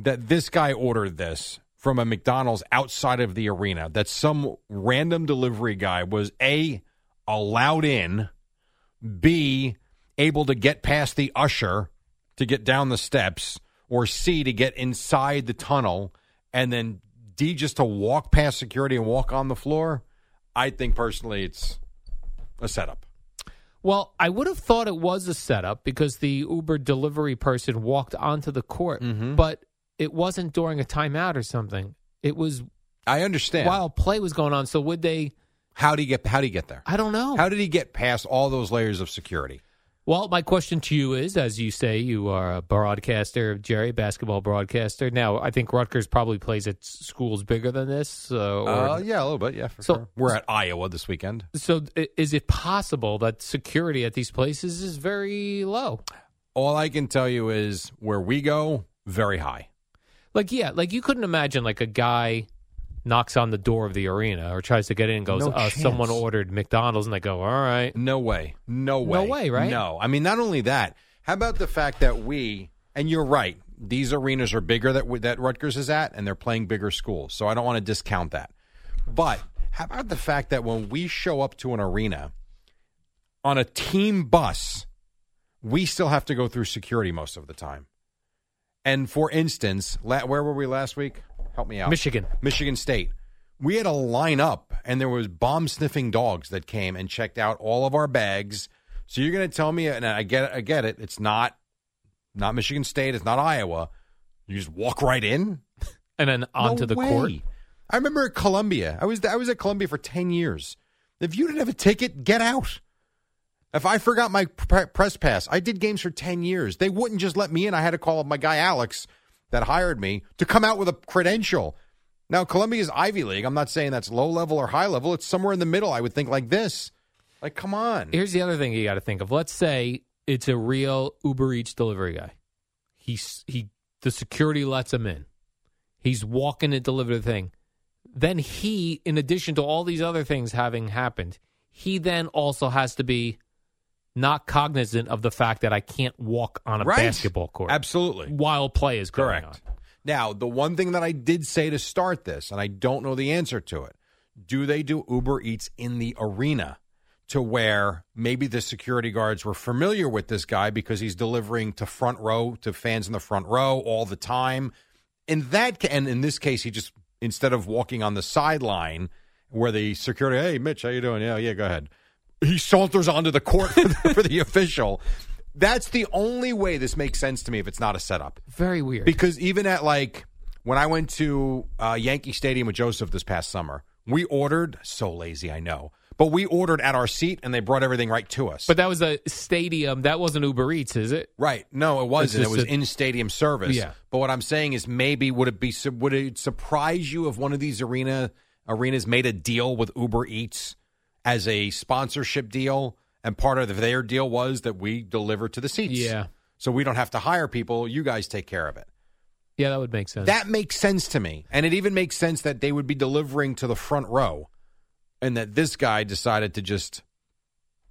A: that this guy ordered this from a McDonald's outside of the arena, that some random delivery guy was a allowed in, b able to get past the usher to get down the steps, or c to get inside the tunnel, and then d just to walk past security and walk on the floor. I think personally, it's a setup.
B: Well, I would have thought it was a setup because the Uber delivery person walked onto the court,
A: Mm-hmm.
B: but it wasn't during a timeout or something. It was
A: I understand.
B: while play was going on. So would they?
A: How do you get? How do you get there?
B: I don't know.
A: How did he get past all those layers of security?
B: Well, my question to you is as you say, you are a broadcaster, Jerry, basketball broadcaster. Now, I think Rutgers probably plays at s- schools bigger than this. So, or-
A: Uh, yeah, a little bit. Yeah, for
B: So-
A: sure. We're at Iowa this weekend.
B: so i- is it possible that security at these places is very low?
A: All I can tell you is where we go, very high.
B: Like, yeah, like you couldn't imagine like a guy knocks on the door of the arena or tries to get in and goes,
A: No
B: uh, someone
A: chance.
B: ordered McDonald's. And they go, all right.
A: No way. No way.
B: way, right?
A: No. I mean, not only that, how about the fact that we, and you're right, these arenas are bigger that, that Rutgers is at, and they're playing bigger schools. So I don't want to discount that. But how about the fact that when we show up to an arena on a team bus, we still have to go through security most of the time? And for instance, la- where were we last week? Help me out.
B: Michigan.
A: Michigan State. We had a lineup, and there was bomb sniffing dogs that came and checked out all of our bags. So you're going to tell me, and I get, I get it. It's not, not Michigan State. It's not Iowa. You just walk right in
B: And then onto
A: No
B: the
A: way.
B: court.
A: I remember at Columbia. I was I was at Columbia for ten years. If you didn't have a ticket, get out. If I forgot my pre- press pass, I did games for ten years. They wouldn't just let me in. I had to call up my guy Alex that hired me to come out with a credential. Now Columbia's Ivy League. I'm not saying that's low level or high level. It's somewhere in the middle. I would think like this. Like, come on.
B: Here's the other thing you got to think of. Let's say it's a real Uber Eats delivery guy. He's he the security lets him in. He's walking to deliver the thing. Then he, in addition to all these other things having happened, he then also has to be not cognizant of the fact that I can't walk on a
A: Right.
B: basketball court
A: Absolutely.
B: while play is going
A: Correct.
B: on.
A: Now, the one thing that I did say to start this, and I don't know the answer to it, do they do Uber Eats in the arena to where maybe the security guards were familiar with this guy because he's delivering to front row to fans in the front row all the time? In that ca- and in this case, he just instead of walking on the sideline where the security, hey Mitch, how you doing? Yeah, yeah, go ahead. He saunters onto the court [LAUGHS] for the, for the official. That's the only way this makes sense to me if it's not a setup.
B: Very weird.
A: Because even at like when I went to uh, Yankee Stadium with Joseph this past summer, we ordered. So lazy, I know, but we ordered at our seat, and they brought everything right to us.
B: but that was a stadium. That wasn't Uber Eats, is it?
A: right? No, it wasn't. It
B: just
A: was
B: a-
A: in stadium service.
B: Yeah.
A: But what I'm saying is, maybe would it be su- would it surprise you if one of these arena arenas made a deal with Uber Eats as a sponsorship deal, and part of their deal was that we deliver to the seats.
B: Yeah.
A: so we don't have to hire people. You guys take care of it.
B: Yeah, that would make sense.
A: That makes sense to me. And it even makes sense that they would be delivering to the front row and that this guy decided to just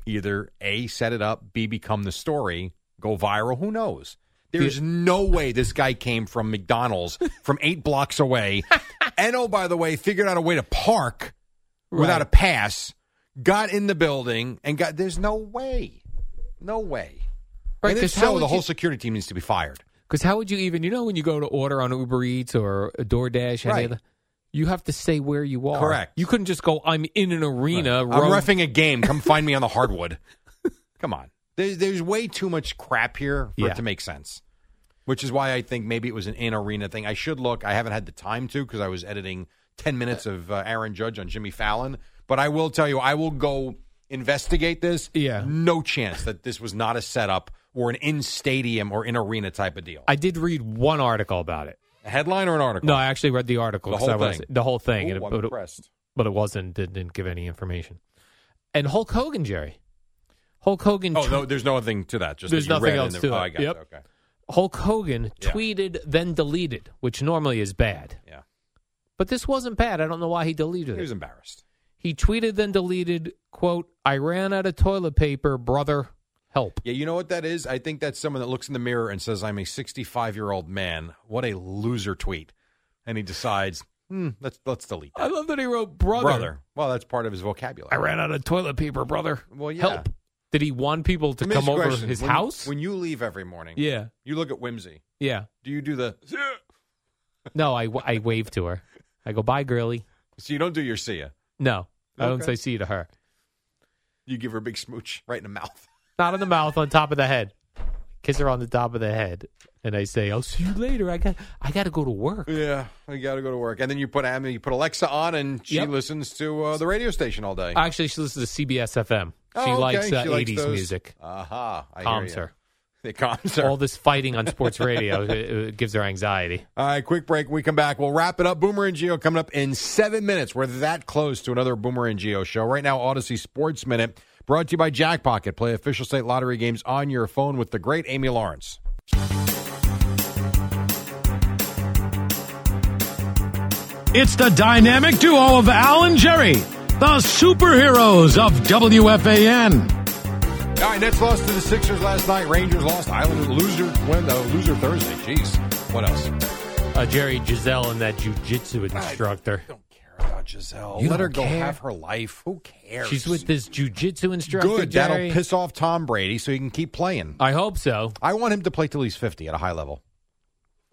A: either A, set it up, B, become the story, go viral. Who knows? There's no way this guy came from
B: [LAUGHS]
A: McDonald's from eight blocks away. and oh, by the way, figured out a way to park without a pass, got in the building, and got. There's no way. No way.
B: Right,
A: and if
B: 'cause how
A: so,
B: would
A: the whole
B: you-
A: security team needs to be fired.
B: Because how would you even, you know, when you go to order on Uber Eats or DoorDash, any
A: Right.
B: of the, you have to say where you are.
A: Correct.
B: You couldn't just go, I'm in an arena.
A: I'm
B: row-
A: refing a game. Come find me on the hardwood. Come on. There's, there's way too much crap here for
B: Yeah.
A: it to make sense, which is why I think maybe it was an in arena thing. I should look. I haven't had the time to because I was editing 10 minutes of uh, Aaron Judge on Jimmy Fallon. But I will tell you, I will go investigate this.
B: Yeah.
A: No chance that this was not a setup or an in stadium or in arena type of deal.
B: I did read one article about it.
A: A headline or an article?
B: No, I actually read the article.
A: The
B: 'cause I
A: whole
B: was-
A: thing.
B: The whole thing.
A: Ooh,
B: and it-
A: I'm
B: but, it,
A: impressed.
B: but it wasn't, didn't, didn't give any information. And Hulk Hogan, Jerry. Hulk Hogan.
A: Oh,
B: tw-
A: no, there's no other thing to that. Just
B: There's
A: that you
B: nothing
A: read
B: else
A: in
B: to
A: the,
B: it.
A: oh, I got
B: Yep.
A: Okay.
B: Hulk Hogan
A: Yeah.
B: tweeted, then deleted, which normally is bad.
A: Yeah.
B: But this wasn't bad. I don't know why he deleted
A: He
B: it.
A: was embarrassed.
B: He tweeted then deleted, quote, I ran out of toilet paper, brother, help.
A: Yeah, you know what that is? I think that's someone that looks in the mirror and says, I'm a 65 year old man. What a loser tweet. And he decides, hmm, let's, let's delete that.
B: I love that he wrote brother.
A: Well, that's part of his vocabulary.
B: I ran out of toilet paper, brother.
A: Well, yeah.
B: Help. Did he want people to
A: Let me
B: come
A: ask you a
B: over
A: question.
B: his
A: When-
B: house?
A: When you leave every morning,
B: Yeah.
A: you look at Whimsy.
B: Yeah.
A: Do you do the.
B: No, I, I wave to her. I go, bye, girly.
A: So you don't do your see ya.
B: No, I don't
A: Okay.
B: say see you to her.
A: You give her a big smooch right in the mouth. [LAUGHS]
B: Not in the mouth, on top of the head. Kiss her on the top of the head. And I say, I'll see you later. I got I got to go to work.
A: Yeah, I got to go to work. And then you put I mean, you put Alexa on and she
B: Yep.
A: listens to uh, the radio station all day.
B: Actually, she listens to CBS FM.
A: Oh,
B: she
A: okay.
B: likes uh,
A: She
B: 80s
A: those-
B: music.
A: Aha. I hear
B: Calms
A: ya.
B: her.
A: [LAUGHS] It calms her.
B: All this fighting on sports
A: [LAUGHS]
B: radio uh, uh, gives her anxiety.
A: All right, quick break. When we come back. We'll wrap it up. Boomer and Geo coming up in seven minutes. We're that close to another Boomer and Geo show. Right now, Odyssey Sports Minute, brought to you by Jackpocket. Play official state lottery games on your phone with the great Amy Lawrence.
F: It's the dynamic duo of Al and Jerry, the superheroes of WFAN.
A: All right, Nets lost to the Sixers last night. Rangers lost. Islanders loser win the loser Thursday. Jeez, what else?
B: Uh, Jerry Giselle and that jujitsu instructor.
A: Care about Giselle?
B: You
A: Let her
B: don't
A: go
B: care.
A: have her life. Who cares?
B: She's with this jujitsu instructor.
A: good.
B: Jerry.
A: That'll piss off Tom Brady, so he can keep playing.
B: I hope so.
A: I want him to play till he's fifty at a high level.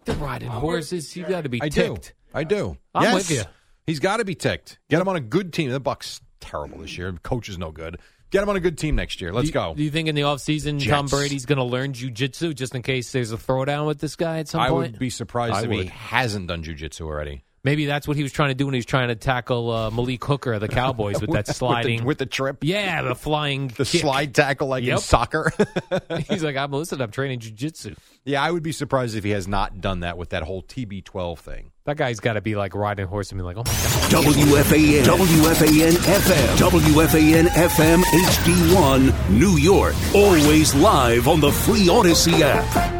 B: They're riding horses. You got to be
A: Oh, I
B: ticked.
A: do. I do.
B: I'm
A: yes.
B: with you.
A: He's got to be ticked. Get him on a good team. The Bucks terrible this year. Coach is no good. Get him on a good team next year. Let's
B: Do-
A: go.
B: Do you think in the offseason Tom
A: Oh. Jets.
B: Brady's going to learn jujitsu just in case there's a throwdown with this guy at some
A: I
B: point?
A: would be surprised
B: I
A: if
B: would.
A: he hasn't done jujitsu already.
B: Maybe that's what he was trying to do when he was trying to tackle uh, Malik Hooker of the
A: [LAUGHS]
B: Cowboys with that sliding.
A: with the, with the trip,
B: yeah, the flying
A: the
B: kick.
A: slide tackle like in
B: Yep.
A: soccer.
B: [LAUGHS]
A: [LAUGHS]
B: He's like, I'm listen, I'm training jujitsu.
A: yeah, I would be surprised if he has not done that with that whole TB12 thing.
B: That guy's got to be like riding a horse and be like, oh my god.
D: WFAN, WFAN FM, WFAN FM HD1, New York. Always live on the free Odyssey app.